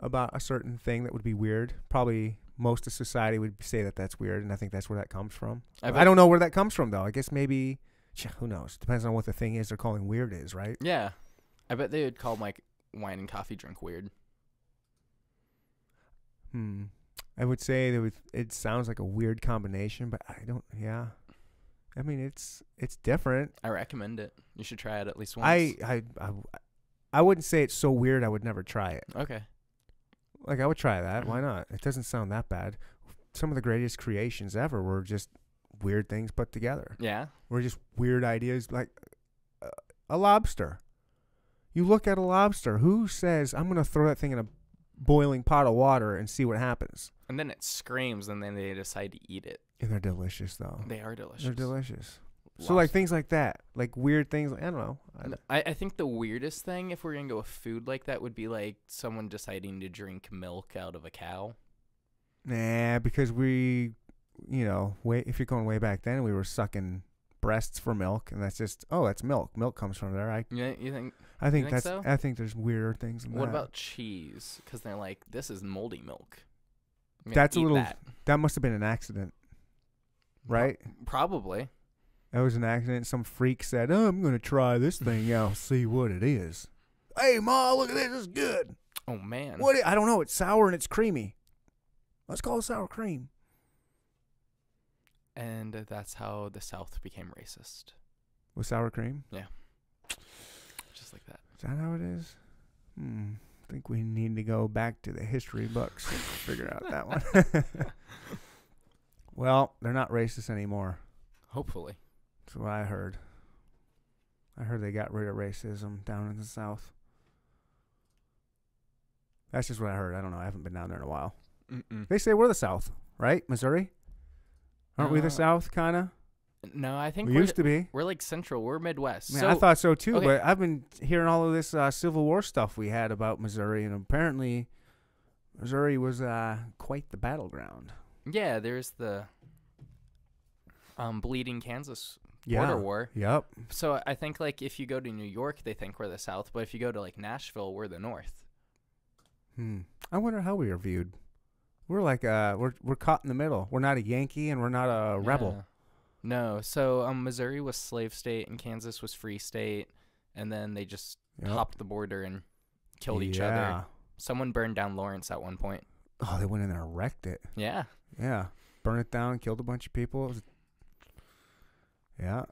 S1: about a certain thing that would be weird, probably most of society would say that that's weird, and I think that's where that comes from. I,
S4: bet-
S1: don't know where that comes from though. I guess maybe Tch, who knows? Depends on what the thing is they're calling weird is, right?
S4: Yeah. I bet they would call my c- wine and coffee drink weird.
S1: Hmm. I would say that would, it sounds like a weird combination, but I don't. Yeah. I mean, it's it's different.
S4: I recommend it. You should try it at least once.
S1: I, I I I wouldn't say it's so weird. I would never try it.
S4: Okay.
S1: Like I would try that.
S4: Mhm.
S1: Why not? It doesn't sound that bad. Some of the greatest creations ever were just weird things put together.
S4: Yeah.
S1: Were just weird ideas. Like uh, a lobster. You look at a lobster. Who says I'm gonna throw that thing in a boiling pot of water and see what happens?
S4: And then it screams, and then they decide to eat it.
S1: And they're delicious though.
S4: They are delicious.
S1: Oh. They're delicious. So like things like that, like weird things. I don't know. I,
S4: N- I, I think the weirdest thing, if we're gonna go with food like that, would be like someone deciding to drink milk out of a cow.
S1: Nah, because we, you know, way if you're going way back then, we were sucking breasts for milk, and that's just oh, that's milk. Milk comes from there. I
S4: Yeah, you think?
S1: I think,
S4: think
S1: that's
S4: so?
S1: I think there's weirder things. Than
S4: What
S1: that.
S4: about cheese? Because they're like, this is moldy milk. I'm gonna
S1: That's a
S4: eat
S1: little-
S4: that."
S1: that? Must have been an accident,
S4: Pro-
S1: right?
S4: Probably.
S1: That was an accident. Some freak said, "Oh, I'm gonna try this thing out, see what it is." Hey, ma, look at this. It's good.
S4: Oh man.
S1: What? i- I don't know. It's sour and it's creamy. Let's call it sour cream.
S4: And that's how the South became racist,
S1: With sour cream.
S4: just like that.
S1: Is that how it is? Hmm. I think we need to go back to the history books to figure out that one. well, they're not racist anymore.
S4: Hopefully.
S1: That's what I heard. I heard they got rid of racism down in the South. That's just what I heard. I don't know. I haven't been down there in a while.
S4: Mm-mm.
S1: They say we're the South, right? Missouri? Aren't we
S4: Uh,
S1: the South, kind of?
S4: No, I think
S1: We
S4: we're,
S1: used to be.
S4: we're like central. We're Midwest.
S1: Man,
S4: so
S1: I thought so too,
S4: okay.
S1: but I've been hearing all of this uh, Civil War stuff we had about Missouri, and apparently Missouri was uh, quite the battleground.
S4: yeah, there's the um, bleeding Kansas
S1: Yeah.
S4: border war.
S1: Yep.
S4: So I think like if you go to New York, they think we're the South, but if you go to like Nashville, we're the North.
S1: Hmm. I wonder how we are viewed. We're like uh, we're we're caught in the middle. We're not a Yankee and we're not a rebel.
S4: Yeah. No, so um, Missouri was slave state and Kansas was free state, and then they just
S1: Yep.
S4: hopped the border and killed each other.
S1: Yeah.
S4: Someone burned down Lawrence at one point.
S1: Oh, they went in there and wrecked it.
S4: Yeah,
S1: Yeah, burned it down, killed a bunch of people. It was- yeah,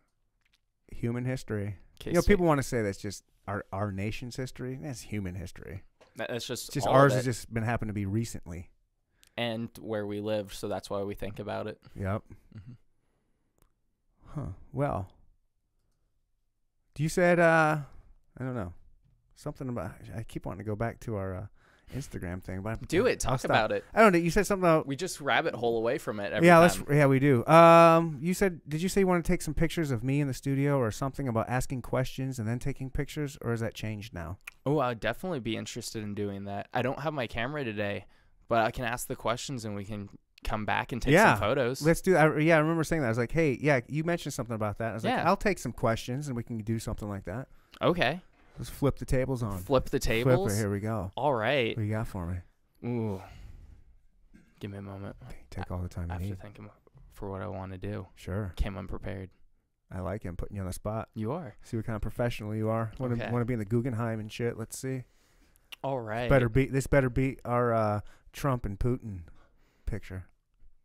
S1: human history. you know,
S4: K-State.
S1: people want to say that's just our our nation's history. That's human history.
S4: That- that's just,
S1: It's just
S4: all of
S1: ours has
S4: it
S1: just been happened to be recently.
S4: and where we lived, so that's why we think about it.
S1: Yep.
S4: Mm-hmm.
S1: Huh. Well, do you said uh, I don't know something about. I keep wanting to go back to our uh, Instagram thing, but
S4: Do it.
S1: I'll
S4: Talk
S1: stop.
S4: about it.
S1: I don't know. You said something about
S4: We just rabbit hole away from it every
S1: yeah,
S4: time.
S1: let's yeah, we do. Um, you said did you say you want to take some pictures of me in the studio or something about asking questions and then taking pictures, or has that changed now?
S4: Oh, I'd definitely be interested in doing that. I don't have my camera today, but I can ask the questions and we can come back and take
S1: Yeah.
S4: some photos.
S1: Let's do. I, yeah, I remember saying that. I was like, hey, yeah, you mentioned something about that. I was like,
S4: Yeah.
S1: I'll take some questions and we can do something like that.
S4: okay.
S1: Let's flip the tables on.
S4: Flip the
S1: Flip it.
S4: tables.
S1: Here we go.
S4: All right.
S1: What do you got for me?
S4: Ooh. Give me a moment.
S1: Take all the time
S4: I
S1: you
S4: have to
S1: need.
S4: think about- for what I want to do.
S1: Sure.
S4: Came unprepared.
S1: I like him putting you on the spot.
S4: You are.
S1: See what kind of professional you are. Want to
S4: Okay.
S1: want to be in the Guggenheim and shit. Let's see.
S4: All right.
S1: Better beat this. Better beat our uh, Trump and Putin picture.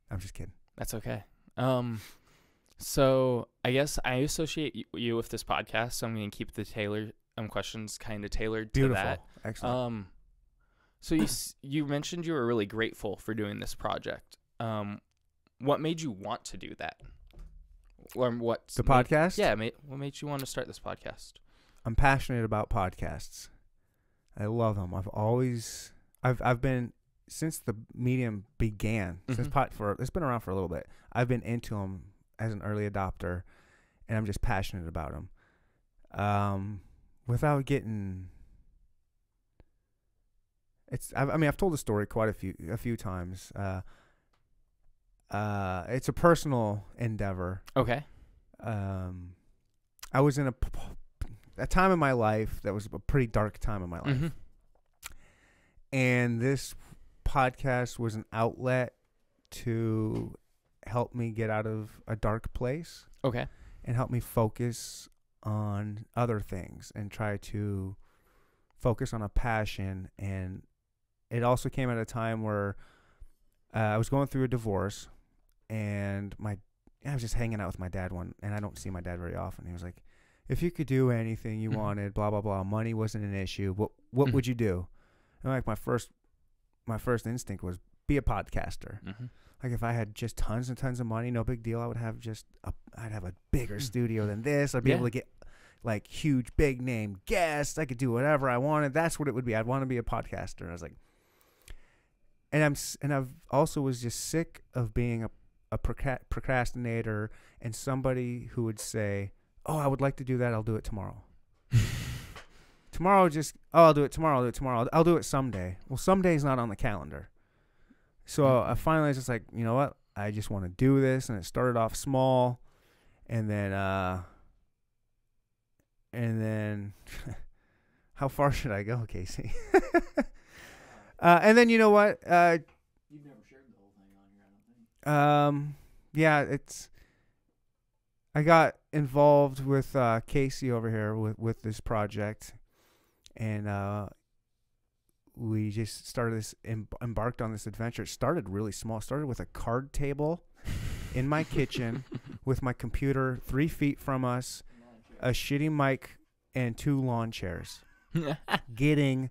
S1: I'm just kidding.
S4: That's okay. Um, so I guess I associate y- you with this podcast, so I'm going to keep the tailor um questions kind of tailored to
S1: Beautiful.
S4: that.
S1: Excellent.
S4: Um, so you s- you mentioned you were really grateful for doing this project. Um, what made you want to do that? Or what
S1: The
S4: made-
S1: podcast?
S4: Yeah, ma- what made you want to start this podcast?
S1: I'm passionate about podcasts. I love them. I've always I've I've been since the medium began. Since
S4: Mhm.
S1: pod for it's been around for a little bit. I've been into them as an early adopter, and I'm just passionate about them. Um, without getting it's I, I mean I've told the story quite a few a few times. Uh, uh, it's a personal endeavor
S4: Okay.
S1: um, I was in a, p- p- a time in my life that was a pretty dark time in my life,
S4: Mhm.
S1: and this podcast was an outlet to help me get out of a dark place
S4: Okay.
S1: and help me focus on other things and try to focus on a passion and it also came at a time where uh, I was going through a divorce and my I was just hanging out with my dad one and I don't see my dad very often he was like if you could do anything you
S4: Mhm.
S1: wanted blah blah blah money wasn't an issue what what
S4: Mhm.
S1: would you do and like my first my first instinct was be a podcaster
S4: hmm
S1: like if I had just tons and tons of money, no big deal. I would have just a, I'd have a bigger
S4: Hmm.
S1: studio than this. I'd be able
S4: Yeah.
S1: to get like huge big name guests. I could do whatever I wanted. That's what it would be. I'd want to be a podcaster. And I was like, and I'm s- and I've also was just sick of being a a procra- procrastinator and somebody who would say, "Oh, I would like to do that. I'll do it tomorrow."
S4: Mm-hmm.
S1: tomorrow, just oh, I'll do it tomorrow. I'll do it tomorrow. I'll, I'll do it someday. Well, someday's not on the calendar. So I finally was just like, you know what? I just want to do this, and it started off small, and then, uh and then, how far should I go, Casey? uh, and then you know what? Uh,
S5: You've never shared the whole thing on here, I don't think.
S1: um, yeah, it's. I got involved with uh, Casey over here with with this project, and uh, we just started this em- embarked on this adventure. It started really small. It started with a card table in my kitchen with my computer three feet from us, a shitty mic, and two lawn chairs
S4: Mm-hmm.
S1: getting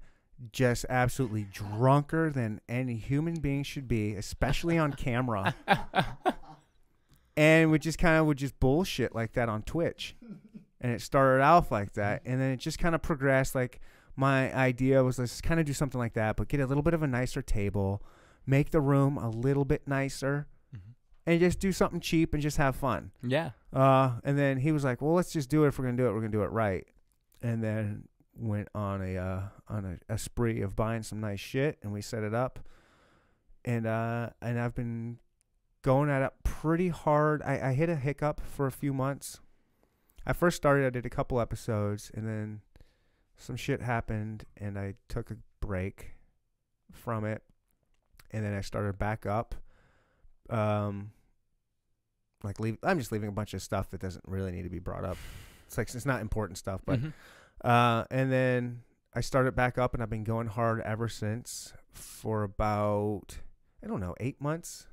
S1: just absolutely drunker than any human being should be, especially on camera. and we just kind of would just bullshit like that on Twitch. And it started off like that, and then it just kind of progressed. Like my idea was let's kind of do something like that, but get a little bit of a nicer table, make the room a little bit nicer,
S4: Mhm.
S1: and just do something cheap and just have fun.
S4: Yeah.
S1: Uh, and then he was like, "Well, let's just do it. If we're gonna do it, we're gonna do it right." And then went on a uh, on a, a spree of buying some nice shit, and we set it up. And uh, and I've been going at it pretty hard. I, I hit a hiccup for a few months. I first started. I did a couple episodes, and then some shit happened, and I took a break from it, and then I started back up. Um, like leave I'm just leaving a bunch of stuff that doesn't really need to be brought up. It's like it's not important stuff, but
S4: Mhm.
S1: uh and then I started back up and I've been going hard ever since for about I don't know, 8 months.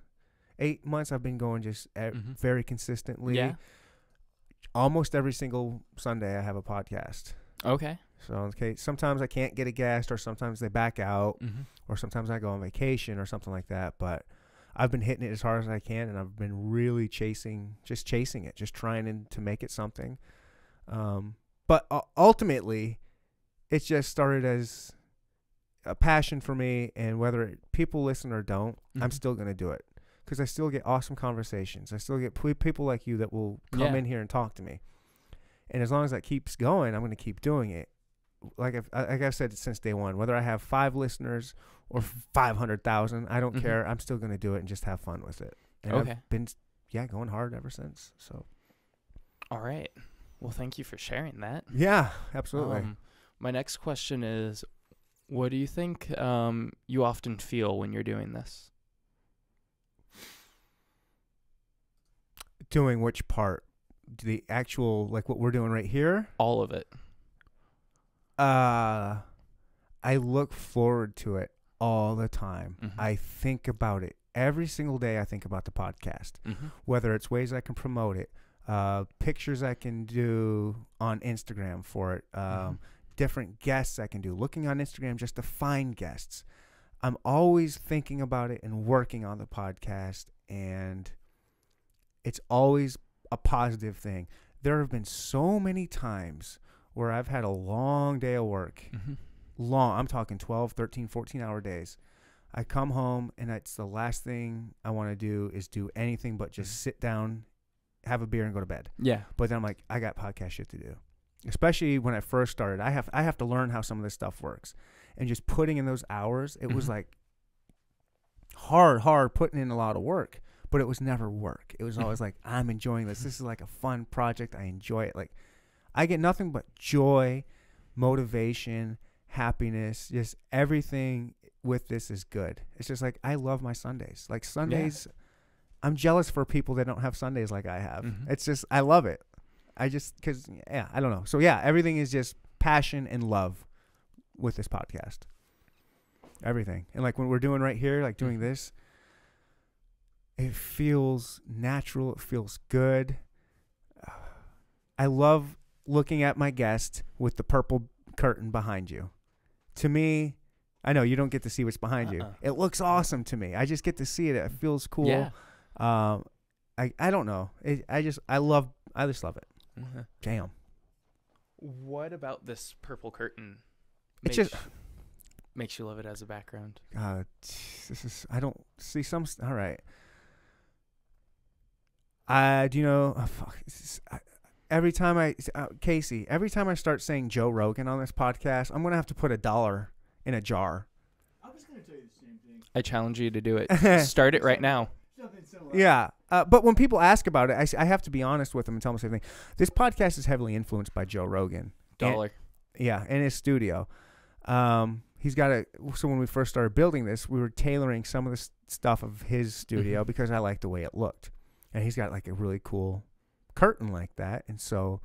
S1: 8 months I've been going just e
S4: Mhm.
S1: very consistently
S4: yeah.
S1: almost every single Sunday I have a podcast.
S4: Okay.
S1: So okay, sometimes I can't get a guest, or sometimes they back out,
S4: Mm-hmm.
S1: or sometimes I go on vacation or something like that. But I've been hitting it as hard as I can, and I've been really chasing, just chasing it, just trying and- to make it something. Um, but u- ultimately, it just started as a passion for me, and whether it, people listen or don't, I'm
S4: Mhm.
S1: still gonna do it because I still get awesome conversations. I still get p- people like you that will come
S4: Yeah.
S1: in here and talk to me. And as long as that keeps going, I'm going to keep doing it. Like I've, I- like I've said since day one, whether I have five listeners or
S4: Mm-hmm.
S1: 500,000, I don't
S4: Mhm.
S1: care. I'm still going to do it and just have fun with it. And
S4: Okay.
S1: I've been, s- yeah, going hard ever since. So,
S4: All right. Well, thank you for sharing that.
S1: yeah, absolutely.
S4: Um, my next question is, what do you think um, you often feel when you're doing this?
S1: doing which part? The actual, like what we're doing right here?
S4: All of it.
S1: Uh, I look forward to it all the time.
S4: Mhm.
S1: I think about it every single day. I think about the podcast.
S4: Mm-hmm.
S1: whether it's ways I can promote it, uh, pictures I can do on Instagram for it, um,
S4: Mhm.
S1: different guests I can do, looking on Instagram just to find guests. I'm always thinking about it and working on the podcast, and it's always a positive thing. There have been so many times where I've had a long day of work
S4: Mm-hmm.
S1: long i'm talking 12 13 14 hour days i come home and it's the last thing i want to do is do anything but just sit down have a beer and go to bed
S4: Yeah.
S1: but then i'm like i got podcast shit to do especially when i first started i have i have to learn how some of this stuff works and just putting in those hours it was
S4: Mhm.
S1: like hard hard putting in a lot of work but it was never work it was always like i'm enjoying this this is like a fun project i enjoy it like i get nothing but joy motivation happiness just everything with this is good it's just like i love my sundays like sundays i'm jealous for people that don't have sundays like i have
S4: Mhm.
S1: it's just i love it i just because yeah i don't know so yeah everything is just passion and love with this podcast everything and like when we're doing right here like doing
S4: Mhm.
S1: this it feels natural it feels good i love looking at my guest with the purple curtain behind you to me i know you don't get to see what's behind you
S4: Uh-uh.
S1: it looks awesome to me i just get to see it it feels cool
S4: Yeah.
S1: um i i don't know it, i just i love i just love it
S4: Mhm.
S1: damn
S4: What about this purple curtain?
S1: It's
S4: makes-
S1: just-
S4: makes you love it as a background.
S1: uh, t- this is I don't see some. s- All right. I do you know? oh, fuck. This is, I, every time I s- uh, Casey, every time I start saying Joe Rogan on this podcast, I'm gonna have to put a dollar in a jar.
S5: I was gonna tell you the same thing.
S4: I challenge you to do it. Start it right now.
S5: Something similar.
S1: Yeah. Uh, but when people ask about it, I, s- I have to be honest with them and tell them the same thing. This podcast is heavily influenced by Joe Rogan. And-
S4: Dollar.
S1: Yeah, in his studio. Um, he's got a. So when we first started building this, we were tailoring some of the s- stuff of his studio
S4: Mhm.
S1: because I liked the way it looked, and he's got like a really cool curtain like that. And so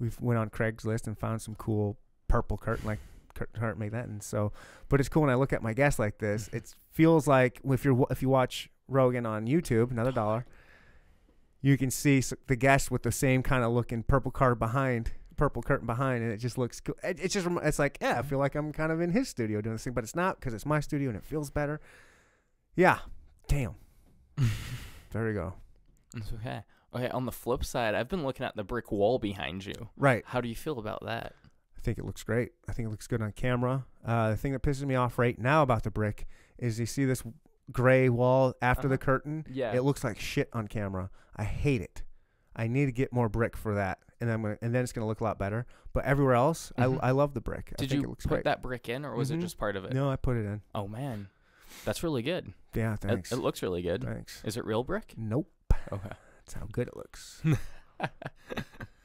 S1: we went on Craigslist and found some cool purple curtain like cur- curtain like that. And so, but it's cool when I look at my guests like this. It feels like if you're wa- if you watch Rogan on YouTube, another dollar. You can see s- the guest with the same kind of looking purple card behind purple curtain behind, and it just looks cool. It, it's just rem- it's like yeah, I feel like I'm kind of in his studio doing this thing, but it's not because it's my studio and it feels better. Yeah, damn. there we go.
S4: It's okay. Okay. On the flip side, I've been looking at the brick wall behind you.
S1: Right.
S4: How do you feel about that?
S1: I think it looks great. I think it looks good on camera. Uh, the thing that pisses me off right now about the brick is you see this gray wall after the
S4: Uh-huh.
S1: curtain.
S4: Yeah.
S1: It looks like shit on camera. I hate it. I need to get more brick for that, and then I'm gonna, and then it's gonna look a lot better. But everywhere else,
S4: Mhm.
S1: I, I love the brick. I
S4: Did
S1: think
S4: you
S1: it looks
S4: put
S1: great.
S4: that brick in, or was
S1: Mhm.
S4: it just part of it?
S1: No, I put it in.
S4: Oh man, that's really good.
S1: Yeah,
S4: It-
S1: thanks.
S4: It, looks really good.
S1: thanks.
S4: Is it real brick?
S1: Nope.
S4: Okay.
S1: That's how good it looks.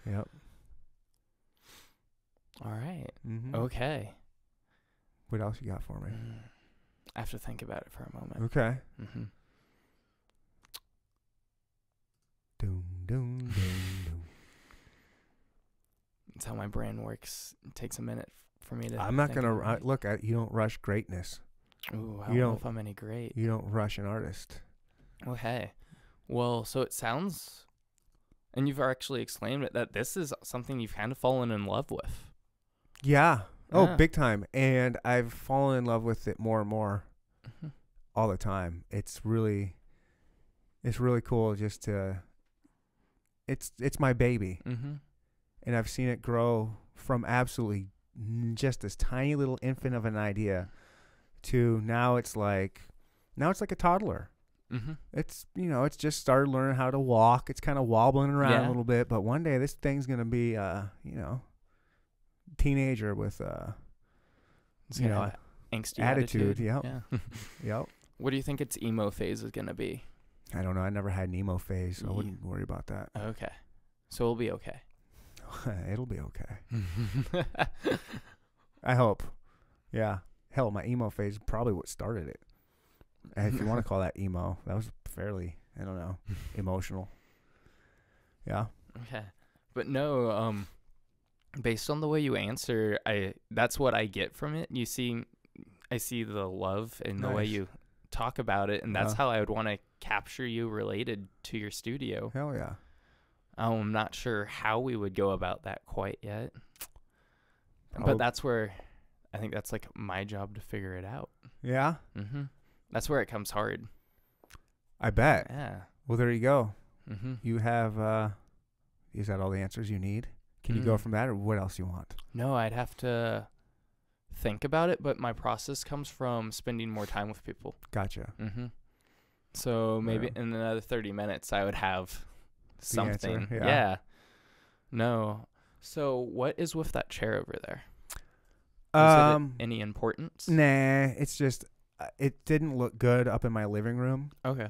S1: yep.
S4: All right.
S1: Mm-hmm.
S4: Okay.
S1: What else you got for me?
S4: Mm. I have to think about it for a moment.
S1: Okay.
S4: hmm
S1: Doom, doom, doom, doom.
S4: That's how my brain works. It takes a minute for me to.
S1: I'm not
S4: think
S1: gonna
S4: of
S1: ru-
S4: it.
S1: look. I, you don't rush greatness.
S4: Ooh, I
S1: you
S4: don't know
S1: don't-
S4: if I'm any great.
S1: You don't rush an artist.
S4: Okay. Well, so it sounds and you've actually exclaimed it that this is something you've kind of fallen in love with.
S1: Yeah. Oh,
S4: Yeah.
S1: big time. And I've fallen in love with it more and more Mm-hmm. all the time. It's really it's really cool just to it's it's my baby
S4: Mm-hmm.
S1: and I've seen it grow from absolutely n- just this tiny little infant of an idea to now it's like now it's like a toddler.
S4: Mm-hmm.
S1: It's you know, it's just started learning how to walk. It's kind of wobbling around a
S4: Yeah.
S1: little bit, but one day this thing's going to be uh, you know, teenager with uh
S4: It's
S1: you
S4: gonna
S1: know,
S4: have angsty
S1: attitude,
S4: attitude.
S1: yep.
S4: Yeah.
S1: yep.
S4: what do you think its emo phase is gonna be?
S1: I don't know. I never had an emo phase, so I
S4: Ye- Uh,
S1: wouldn't worry about that.
S4: Okay, so we'll be okay.
S1: It'll be okay. I hope. Yeah. Hell, my emo phase is probably what started it. Eh, If you want to call that emo, that was fairly, I don't know, emotional. Yeah.
S4: Okay. But no, um based on the way you answer, I that's what I get from it. You see I see the love in the way
S1: Nice.
S4: you talk about it and that's
S1: Yeah.
S4: how I would want to capture you related to your studio.
S1: Hell yeah.
S4: I'm not sure how we would go about that quite yet.
S1: Probab-
S4: But that's where I think that's like my job to figure it out.
S1: Yeah.
S4: Mhm. That's where it comes hard.
S1: I bet.
S4: Yeah.
S1: Well, there you go.
S4: Mhm.
S1: You have, uh, is that all the answers you need? Can you go
S4: Mm.
S1: from that or what else you want?
S4: No, I'd have to think about it, but my process comes from spending more time with people.
S1: Gotcha.
S4: Mm-hmm. So maybe
S1: Yeah.
S4: in another 30 minutes, I would have
S1: The answer,
S4: something.
S1: yeah.
S4: yeah. No. So what is with that chair over there? Is it
S1: Um,
S4: any importance?
S1: nah, it's just, uh, it didn't look good up in my living room.
S4: Okay.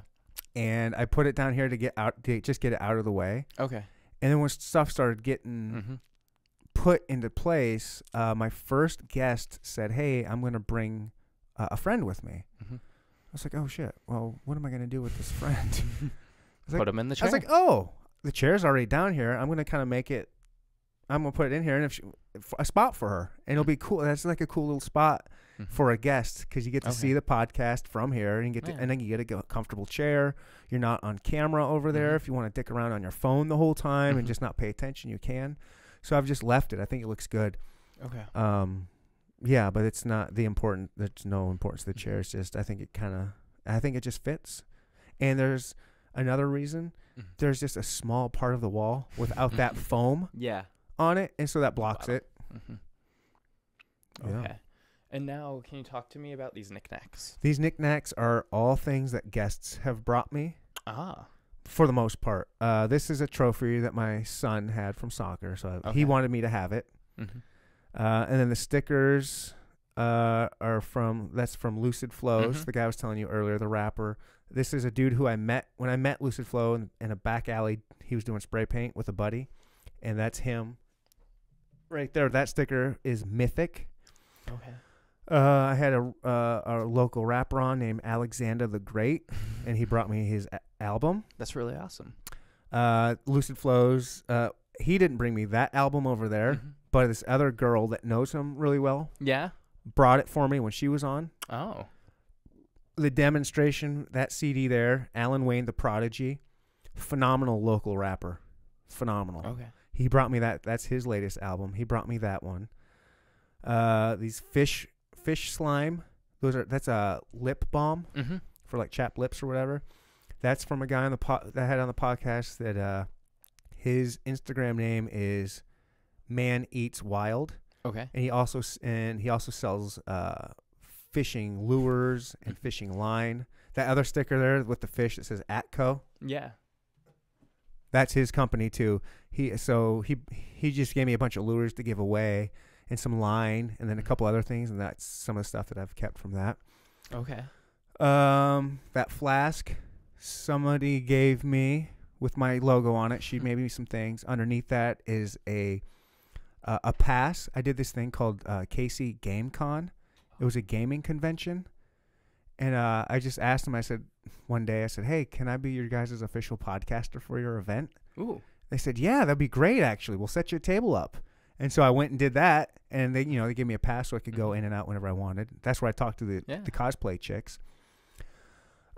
S1: and I put it down here to get out, to just get it out of the way.
S4: Okay.
S1: And then when stuff started getting
S4: Mm-hmm.
S1: put into place, uh, my first guest said, "Hey, I'm gonna bring uh, a friend with me."
S4: Mhm.
S1: I was like, "Oh shit! Well, what am I gonna do with this friend?" like-
S4: Put 'em Put them in the
S1: I
S4: chair.
S1: was like, "Oh, the chair's already down here. I'm gonna kind of make it. I'm gonna put it in here, and if she, f- a spot for her, and it'll be cool. That's like a cool little spot."
S4: Mhm.
S1: For a guest, because you get to
S4: Okay.
S1: see the podcast from here, and you get to,
S4: Yeah.
S1: and then you get a go- comfortable chair. You're not on camera over there.
S4: Mhm.
S1: If you want to dick around on your phone the whole time and
S4: Mhm.
S1: just not pay attention, you can. So I've just left it. I think it looks good.
S4: okay.
S1: Um, yeah, but it's not the important. There's no importance to the
S4: Mhm.
S1: chair. It's just I think it kind of, I think it just fits. And there's another reason.
S4: Mhm.
S1: There's just a small part of the wall without that foam
S4: Yeah.
S1: on it, and so that blocks
S4: Wow.
S1: it.
S4: Mm-hmm.
S1: Yeah.
S4: Okay. And now, can you talk to me about these knickknacks?
S1: These knickknacks are all things that guests have brought me
S4: Ah.
S1: for the most part. Uh, this is a trophy that my son had from soccer, so he
S4: Okay.
S1: wanted me to have it.
S4: Mm-hmm.
S1: Uh, and then the stickers uh, are from that's from Lucid Flows,
S4: Mhm.
S1: the guy I was telling you earlier, the rapper. This is a dude who I met when I met Lucid Flow in, in a back alley. He was doing spray paint with a buddy, and that's him right there. That sticker is mythic.
S4: Okay.
S1: Uh, I had a uh, a local rapper on named Alexander the Great, and he brought me his a- album
S4: That's really awesome.
S1: uh, Lucid Flows. Uh, he didn't bring me that album over there,
S4: Mhm.
S1: but this other girl that knows him really well
S4: Yeah.
S1: brought it for me when she was on
S4: Oh.
S1: the demonstration. That CD there, Alan Wayne, the Prodigy, phenomenal local rapper, phenomenal.
S4: Okay.
S1: He brought me that. That's his latest album. He brought me that one. Uh, these fish fish slime. Those are that's a lip balm
S4: Mm-hmm.
S1: for like chap lips or whatever. That's from a guy on the po- that I had on the podcast that uh his Instagram name is Man Eats Wild,
S4: Okay.
S1: and he also s- and he also sells uh fishing lures and fishing line. That other sticker there with the fish that says Atco,
S4: Yeah.
S1: that's his company too. He so he he just gave me a bunch of lures to give away and some line and then a couple other things and that's some of the stuff that I've kept from that.
S4: Okay.
S1: Um, that flask somebody gave me with my logo on it. She made me some things. Underneath that is a uh, a pass. I did this thing called uh, KC GameCon. It was a gaming convention, and uh, I just asked them. I said one day, I said, "Hey, can I be your guys' official podcaster for your event?"
S4: Ooh.
S1: They said, "Yeah, that'd be great. Actually, we'll set your table up." And so I went and did that, and they, you know, they gave me a pass so I could go in and out whenever I wanted. That's where I talked to the
S4: Yeah.
S1: the cosplay chicks.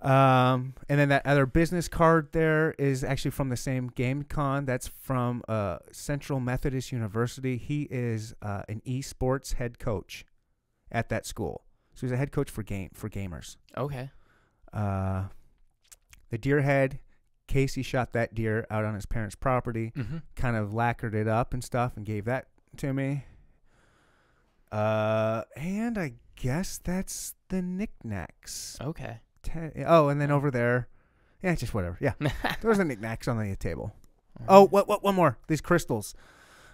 S1: Um, and then that other business card there is actually from the same game con. That's from uh, Central Methodist University. He is uh, an esports head coach at that school, so he's a head coach for game for gamers.
S4: Okay.
S1: Uh, the deer head. Casey shot that deer out on his parents' property,
S4: Mm-hmm.
S1: kind of lacquered it up and stuff, and gave that to me. Uh, and I guess that's the knickknacks
S4: Okay.
S1: ten, oh, and then over there, yeah, just whatever. Yeah, there was a knickknacks on the table. Oh, what, what, one more. These crystals.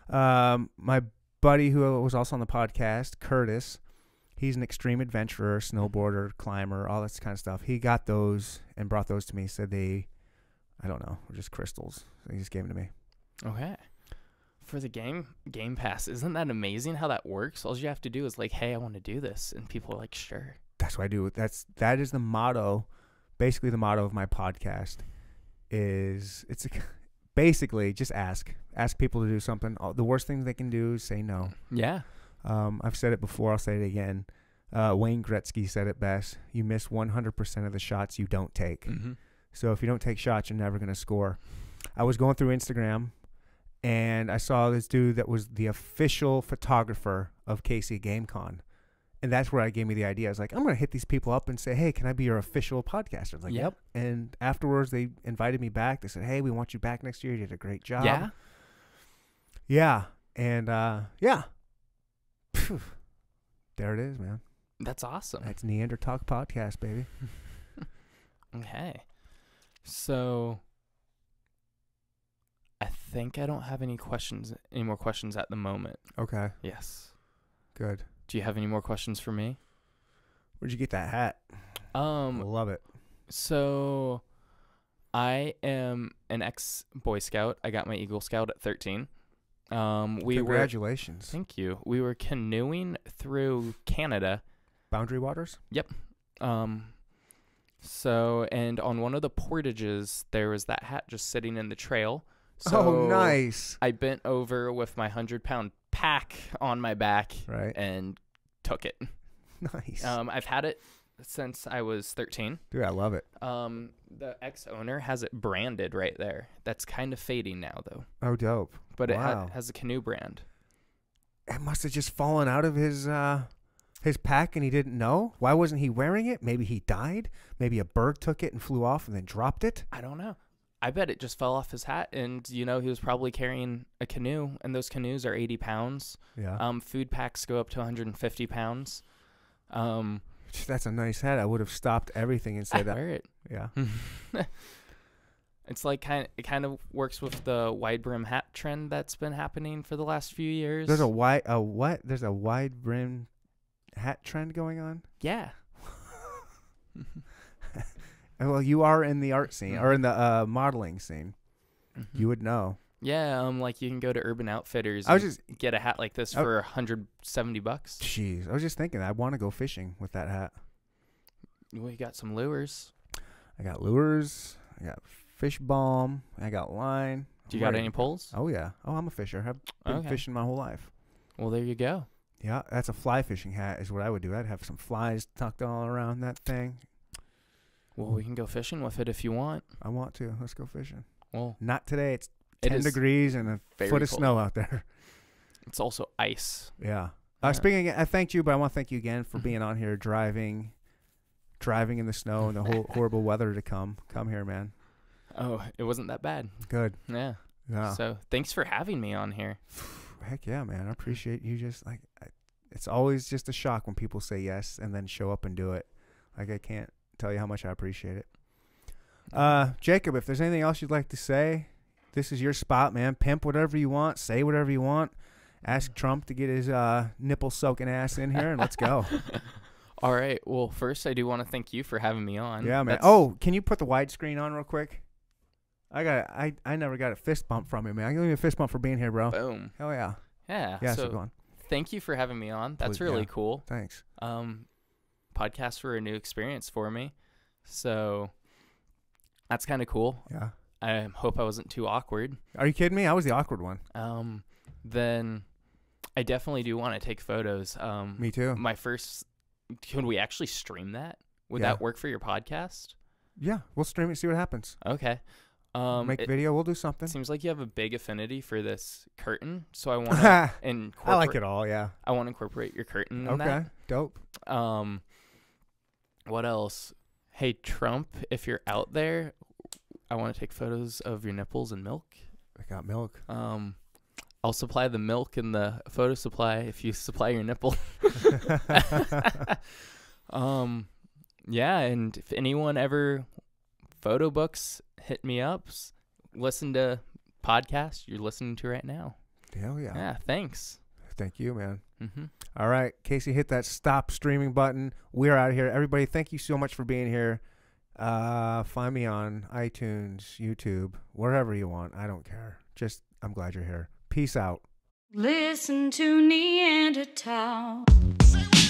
S1: Um, my buddy who was also on the podcast, Curtis, he's an extreme adventurer, snowboarder, climber, all this kind of stuff. He got those and brought those to me. Said they, I don't know, were just crystals. He just gave them to me.
S4: Okay. For the game Game Pass, isn't that amazing how that works? All you have to do is like, "Hey, I want to do this," and people are like, "Sure."
S1: That's what I do. That's that is the motto. Basically, the motto of my podcast is it's a, basically just ask ask people to do something. All- The worst thing they can do is say no.
S4: Yeah.
S1: Um, I've said it before. I'll say it again. Uh, Wayne Gretzky said it best: "You miss 100% of the shots you don't take."
S4: Mm-hmm.
S1: So if you don't take shots, you're never going to score. I was going through Instagram and I saw this dude that was the official photographer of KC GameCon. And that's where I gave me the idea. I was like, I'm going to hit these people up and say, hey, can I be your official podcaster? I was like,
S4: Yep.
S1: yep. And afterwards, they invited me back. They said, hey, we want you back next year. You did a great job.
S4: yeah.
S1: Yeah. And uh, yeah. Phew. There it is, man.
S4: That's awesome.
S1: That's Neanderthal Podcast, baby.
S4: Okay. So I think I don't have any questions any more questions at the moment.
S1: Okay.
S4: Yes.
S1: Good.
S4: Do you have any more questions for me?
S1: Where'd you get that hat?
S4: Um
S1: Love it.
S4: So, I am an ex Boy Scout. I got my Eagle Scout at 13. Um, we were
S1: Congratulations.
S4: thank you. We were canoeing through Canada.
S1: Boundary Waters?
S4: Um, so and on one of the portages, there was that hat just sitting in the trail. So
S1: oh, nice.
S4: I bent over with my hundred pound pack on my back
S1: Right.
S4: and took it.
S1: Nice.
S4: Um, I've had it since I was 13.
S1: Dude, I love it.
S4: Um, the ex owner has it branded right there. That's kind of fading now, though.
S1: Oh, dope.
S4: But it ha-
S1: Wow.
S4: has a canoe brand.
S1: It must have just fallen out of his uh his pack and he didn't know. Why wasn't he wearing it? Maybe he died. Maybe a bird took it and flew off and then dropped it.
S4: I don't know. I bet it just fell off his hat, and you know he was probably carrying a canoe, and those canoes are 80 pounds.
S1: Yeah.
S4: Um, food packs go up to 150 pounds. Um,
S1: That's a nice hat. I would have stopped everything and
S4: I
S1: said,
S4: wear it.
S1: yeah.
S4: It's like kind. It kind of works with the wide brim hat trend that's been happening for the last few years.
S1: There's a wide a what? There's a wide brim hat trend going on.
S4: yeah.
S1: Uh, Well, you are in the art
S4: Mm-hmm.
S1: scene or in the uh, modeling scene. You would know.
S4: Yeah, um, like you can go to Urban Outfitters.
S1: I was
S4: and
S1: just
S4: get a hat like this
S1: I-
S4: for 170 bucks.
S1: jeez. I was just thinking I want to go fishing with that hat.
S4: We got some lures.
S1: I got lures. I got fish balm. I got line.
S4: Do
S1: I'm
S4: you got
S1: ready.
S4: any poles?
S1: Oh yeah. Oh, I'm a fisher. I've been
S4: Okay.
S1: fishing my whole life.
S4: Well, there you go.
S1: Yeah, that's a fly fishing hat is what I would do. I'd have some flies tucked all around that thing.
S4: Well, we can go fishing with it if you want.
S1: I want to. Let's go fishing.
S4: Well,
S1: Not today. It's
S4: it
S1: 10
S4: is-
S1: degrees and a
S4: very
S1: foot of
S4: cold.
S1: snow out there.
S4: It's also ice.
S1: Yeah.
S4: Yeah.
S1: Uh, speaking, of, I thanked you, but I want to thank you again for being on here, driving, driving in the snow and the whole horrible weather to come. Come here, man.
S4: Oh, it wasn't that bad.
S1: Good.
S4: Yeah.
S1: Yeah.
S4: So thanks for having me on here.
S1: Heck yeah, man. I appreciate you just like I, it's always just a shock when people say yes and then show up and do it. Like I can't tell you how much I appreciate it. Uh Jacob, if there's anything else you'd like to say, this is your spot, man. Pimp whatever you want, say whatever you want. Ask Trump to get his uh, nipple soaking ass in here and let's go.
S4: All right. Well, first I do want to thank you for having me on.
S1: yeah, man.
S4: That's-
S1: Oh, can you put the widescreen on real quick? I got I I never got a fist bump from you, man. I give you a fist bump for being here, bro.
S4: boom.
S1: Hell yeah.
S4: Yeah.
S1: Yeah, so,
S4: so
S1: go on.
S4: thank you for having me on. That's
S1: Please,
S4: really
S1: yeah.
S4: cool.
S1: Thanks.
S4: um, podcasts were a new experience for me. So that's kind of cool.
S1: Yeah.
S4: I hope I wasn't too awkward.
S1: Are you kidding me? I was the awkward one.
S4: Um, then I definitely do want to take photos. Um,
S1: Me too.
S4: my first, can we actually stream that? Would
S1: Yeah.
S4: that work for your podcast?
S1: Yeah, we'll stream it. See what happens.
S4: Okay. Um,
S1: Make
S4: it
S1: video. We'll do something.
S4: seems like you have a big affinity for this curtain, so I want to incorporate.
S1: I like it all. Yeah.
S4: I want to incorporate your curtain. In
S1: Okay.
S4: That.
S1: Dope.
S4: Um, what else? Hey Trump, if you're out there, I want to take photos of your nipples and milk.
S1: I got milk.
S4: Um, I'll supply the milk and the photo supply if you supply your nipple. um, yeah, and if anyone ever photo books, hit me up. S- Listen to podcast you're listening to right now.
S1: Hell yeah.
S4: Yeah, thanks.
S1: Thank you, man.
S4: hmm
S1: All right, Casey, hit that stop streaming button. We're out of here. Everybody, thank you so much for being here. Uh, find me on iTunes, YouTube, wherever you want. I don't care. Just, I'm glad you're here. Peace out.
S2: Listen to Neanderthal.
S6: Say what